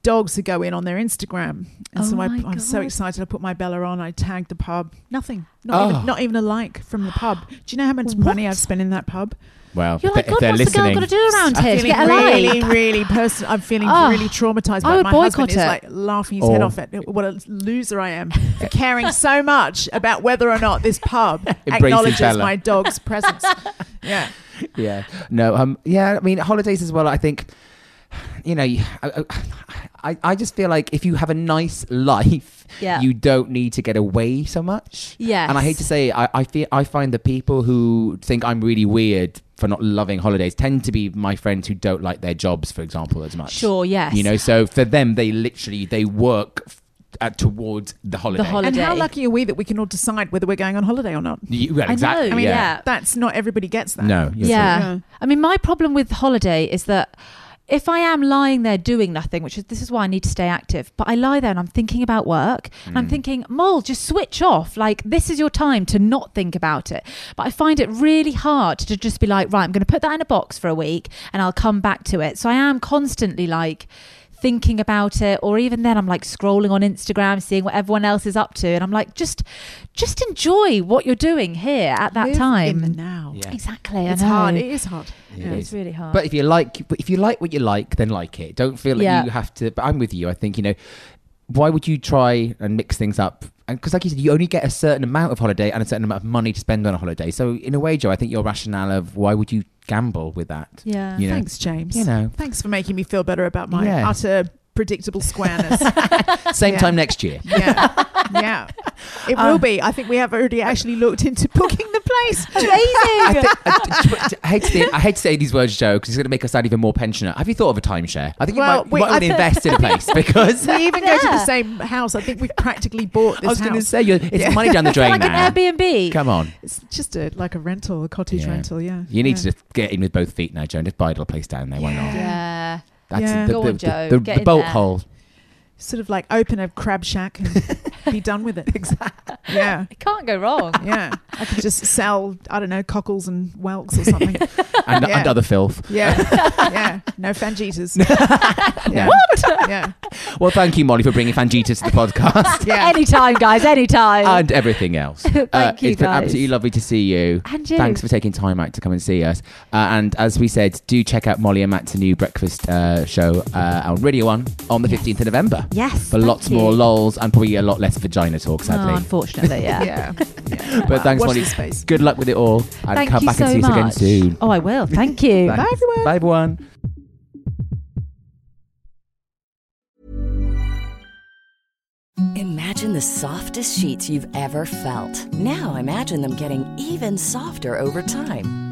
[SPEAKER 2] dogs who go in on their Instagram. And
[SPEAKER 4] Oh
[SPEAKER 2] so I,
[SPEAKER 4] my
[SPEAKER 2] I'm so
[SPEAKER 4] God.
[SPEAKER 2] excited. I put my Bella on. I tagged the pub. Nothing. Not, even,
[SPEAKER 3] Oh.
[SPEAKER 2] not even a like from the pub. Do you know how much
[SPEAKER 4] What?
[SPEAKER 2] money I've spent in that pub?
[SPEAKER 3] Well,
[SPEAKER 4] You're
[SPEAKER 3] if
[SPEAKER 4] like,
[SPEAKER 3] they- if
[SPEAKER 4] God,
[SPEAKER 3] they're
[SPEAKER 4] what's the girl
[SPEAKER 3] listening-
[SPEAKER 4] got to do around here? to
[SPEAKER 2] feeling
[SPEAKER 4] Get a
[SPEAKER 2] really,
[SPEAKER 4] life.
[SPEAKER 2] really person. I'm feeling
[SPEAKER 4] Oh,
[SPEAKER 2] really traumatized.
[SPEAKER 4] I
[SPEAKER 2] By it.
[SPEAKER 4] would
[SPEAKER 2] my husband is
[SPEAKER 4] boycott
[SPEAKER 2] like
[SPEAKER 4] it.
[SPEAKER 2] laughing his
[SPEAKER 3] Or-
[SPEAKER 2] head off at what a loser I am for caring so much about whether or not this pub
[SPEAKER 3] Embracing
[SPEAKER 2] acknowledges
[SPEAKER 3] Bella.
[SPEAKER 2] my dog's presence. Yeah,
[SPEAKER 3] yeah no um yeah i mean holidays as well i think you know you- I, I i just feel like if you have a nice life
[SPEAKER 4] Yeah.
[SPEAKER 3] you don't need to get away so much
[SPEAKER 4] Yes.
[SPEAKER 3] and i hate to say it, i i feel i find the people who think i'm really weird for not loving holidays tend to be my friends who don't like their jobs for example as much
[SPEAKER 4] Sure, yes.
[SPEAKER 3] you know so for them they literally they work f- uh, towards the holiday
[SPEAKER 4] holiday.
[SPEAKER 2] and how
[SPEAKER 4] Holiday.
[SPEAKER 2] lucky are we that we can all decide whether we're going on holiday or not?
[SPEAKER 3] You- well,
[SPEAKER 4] I
[SPEAKER 3] exactly
[SPEAKER 4] know, I mean,
[SPEAKER 3] yeah,
[SPEAKER 4] yeah.
[SPEAKER 2] That's not everybody gets that.
[SPEAKER 3] no you're
[SPEAKER 4] yeah.
[SPEAKER 3] sort of-
[SPEAKER 2] Yeah.
[SPEAKER 4] I mean, my problem with holiday is that if I am lying there doing nothing, which is this is why I need to stay active, but I lie there and I'm thinking about work and
[SPEAKER 3] Mm.
[SPEAKER 4] I'm thinking, Mole, just switch off. Like, this is your time to not think about it. But I find it really hard to just be like, right, I'm going to put that in a box for a week and I'll come back to it. So I am constantly like, thinking about it or even then I'm like scrolling on Instagram seeing what everyone else is up to and I'm like just just enjoy what you're doing here at that
[SPEAKER 2] Live
[SPEAKER 4] time
[SPEAKER 2] in the now.
[SPEAKER 3] Yeah.
[SPEAKER 4] exactly I
[SPEAKER 2] It's hard.
[SPEAKER 4] know.
[SPEAKER 2] It is hard.
[SPEAKER 4] Yeah, it's really hard.
[SPEAKER 3] But if you like, but if you like what you like, then like it. Don't feel like
[SPEAKER 4] Yeah.
[SPEAKER 3] you have to. But I'm with you. I think you know. Why would you try and mix things up? And because, like you said, you only get a certain amount of holiday and a certain amount of money to spend on a holiday. So, in a way, Joe, I think your rationale of why would you gamble with that?
[SPEAKER 4] Yeah.
[SPEAKER 3] You know?
[SPEAKER 2] Thanks, James.
[SPEAKER 3] You know.
[SPEAKER 2] Thanks for making me feel better about my
[SPEAKER 3] Yeah.
[SPEAKER 2] utter predictable squareness.
[SPEAKER 3] Same
[SPEAKER 2] Yeah.
[SPEAKER 3] time next year.
[SPEAKER 2] Yeah, yeah. It will be. I think we have already actually looked into booking the place.
[SPEAKER 3] I,
[SPEAKER 2] Amazing.
[SPEAKER 3] think, I, I hate to say, I hate to say these words, Joe, because it's going to make us sound even more pensioner. Have you thought of a timeshare? I think you
[SPEAKER 2] Well,
[SPEAKER 3] might, you
[SPEAKER 2] wait,
[SPEAKER 3] might
[SPEAKER 2] I
[SPEAKER 3] want to
[SPEAKER 2] think-
[SPEAKER 3] invest in a place because
[SPEAKER 2] we even go to the
[SPEAKER 4] Yeah.
[SPEAKER 2] same house. I think we've practically bought this
[SPEAKER 3] I was
[SPEAKER 2] house.
[SPEAKER 3] going to say you're, it's money down the drain
[SPEAKER 4] like
[SPEAKER 3] now.
[SPEAKER 4] an Airbnb.
[SPEAKER 3] Come on.
[SPEAKER 2] it's just a like a rental, a cottage
[SPEAKER 3] Yeah.
[SPEAKER 2] rental. Yeah.
[SPEAKER 3] You need
[SPEAKER 2] yeah.
[SPEAKER 3] to just get in with both feet now, Joe. and Just buy a little place down there. Why not?
[SPEAKER 4] Yeah.
[SPEAKER 3] That's
[SPEAKER 2] Yeah.
[SPEAKER 3] the,
[SPEAKER 4] Go
[SPEAKER 3] the,
[SPEAKER 4] on, Joe.
[SPEAKER 3] the, the,
[SPEAKER 4] Get
[SPEAKER 3] the
[SPEAKER 4] in
[SPEAKER 3] bolt
[SPEAKER 4] there.
[SPEAKER 3] hole.
[SPEAKER 2] sort of like open a crab shack and be done with it. Exactly. Yeah.
[SPEAKER 4] It can't go wrong.
[SPEAKER 2] Yeah. I could just sell I don't know cockles and whelks or something.
[SPEAKER 3] and,
[SPEAKER 2] Yeah.
[SPEAKER 3] and other filth.
[SPEAKER 2] Yeah. Yeah. No fangitas. yeah. What? Yeah.
[SPEAKER 3] Well, thank you, Molly, for bringing Fangita to the podcast
[SPEAKER 2] Yeah.
[SPEAKER 4] Anytime, guys. Anytime.
[SPEAKER 3] and everything else. Thank
[SPEAKER 4] you,
[SPEAKER 3] It's been
[SPEAKER 4] guys.
[SPEAKER 3] absolutely lovely to see you.
[SPEAKER 4] And you.
[SPEAKER 3] Thanks for taking time out to come and see us. Uh, and as we said, do check out Molly and Matt's new breakfast uh, show uh, on Radio 1 on the 15th of November.
[SPEAKER 4] Yes,
[SPEAKER 3] For
[SPEAKER 4] thank
[SPEAKER 3] lots
[SPEAKER 4] you.
[SPEAKER 3] more lols and probably a lot less vagina talk,
[SPEAKER 4] Oh,
[SPEAKER 3] sadly.
[SPEAKER 4] unfortunately, yeah.
[SPEAKER 2] Yeah.
[SPEAKER 3] but thanks,
[SPEAKER 2] Watch
[SPEAKER 3] Molly.
[SPEAKER 2] this space.
[SPEAKER 3] Good luck with it all. And
[SPEAKER 4] Thank
[SPEAKER 3] come
[SPEAKER 4] you
[SPEAKER 3] back
[SPEAKER 4] so
[SPEAKER 3] and see
[SPEAKER 4] much.
[SPEAKER 3] us again soon.
[SPEAKER 4] Oh, I will. Thank you.
[SPEAKER 3] Thanks.
[SPEAKER 2] everyone.
[SPEAKER 3] Bye, everyone.
[SPEAKER 7] Imagine the softest sheets you've ever felt. Now imagine them getting even softer over time.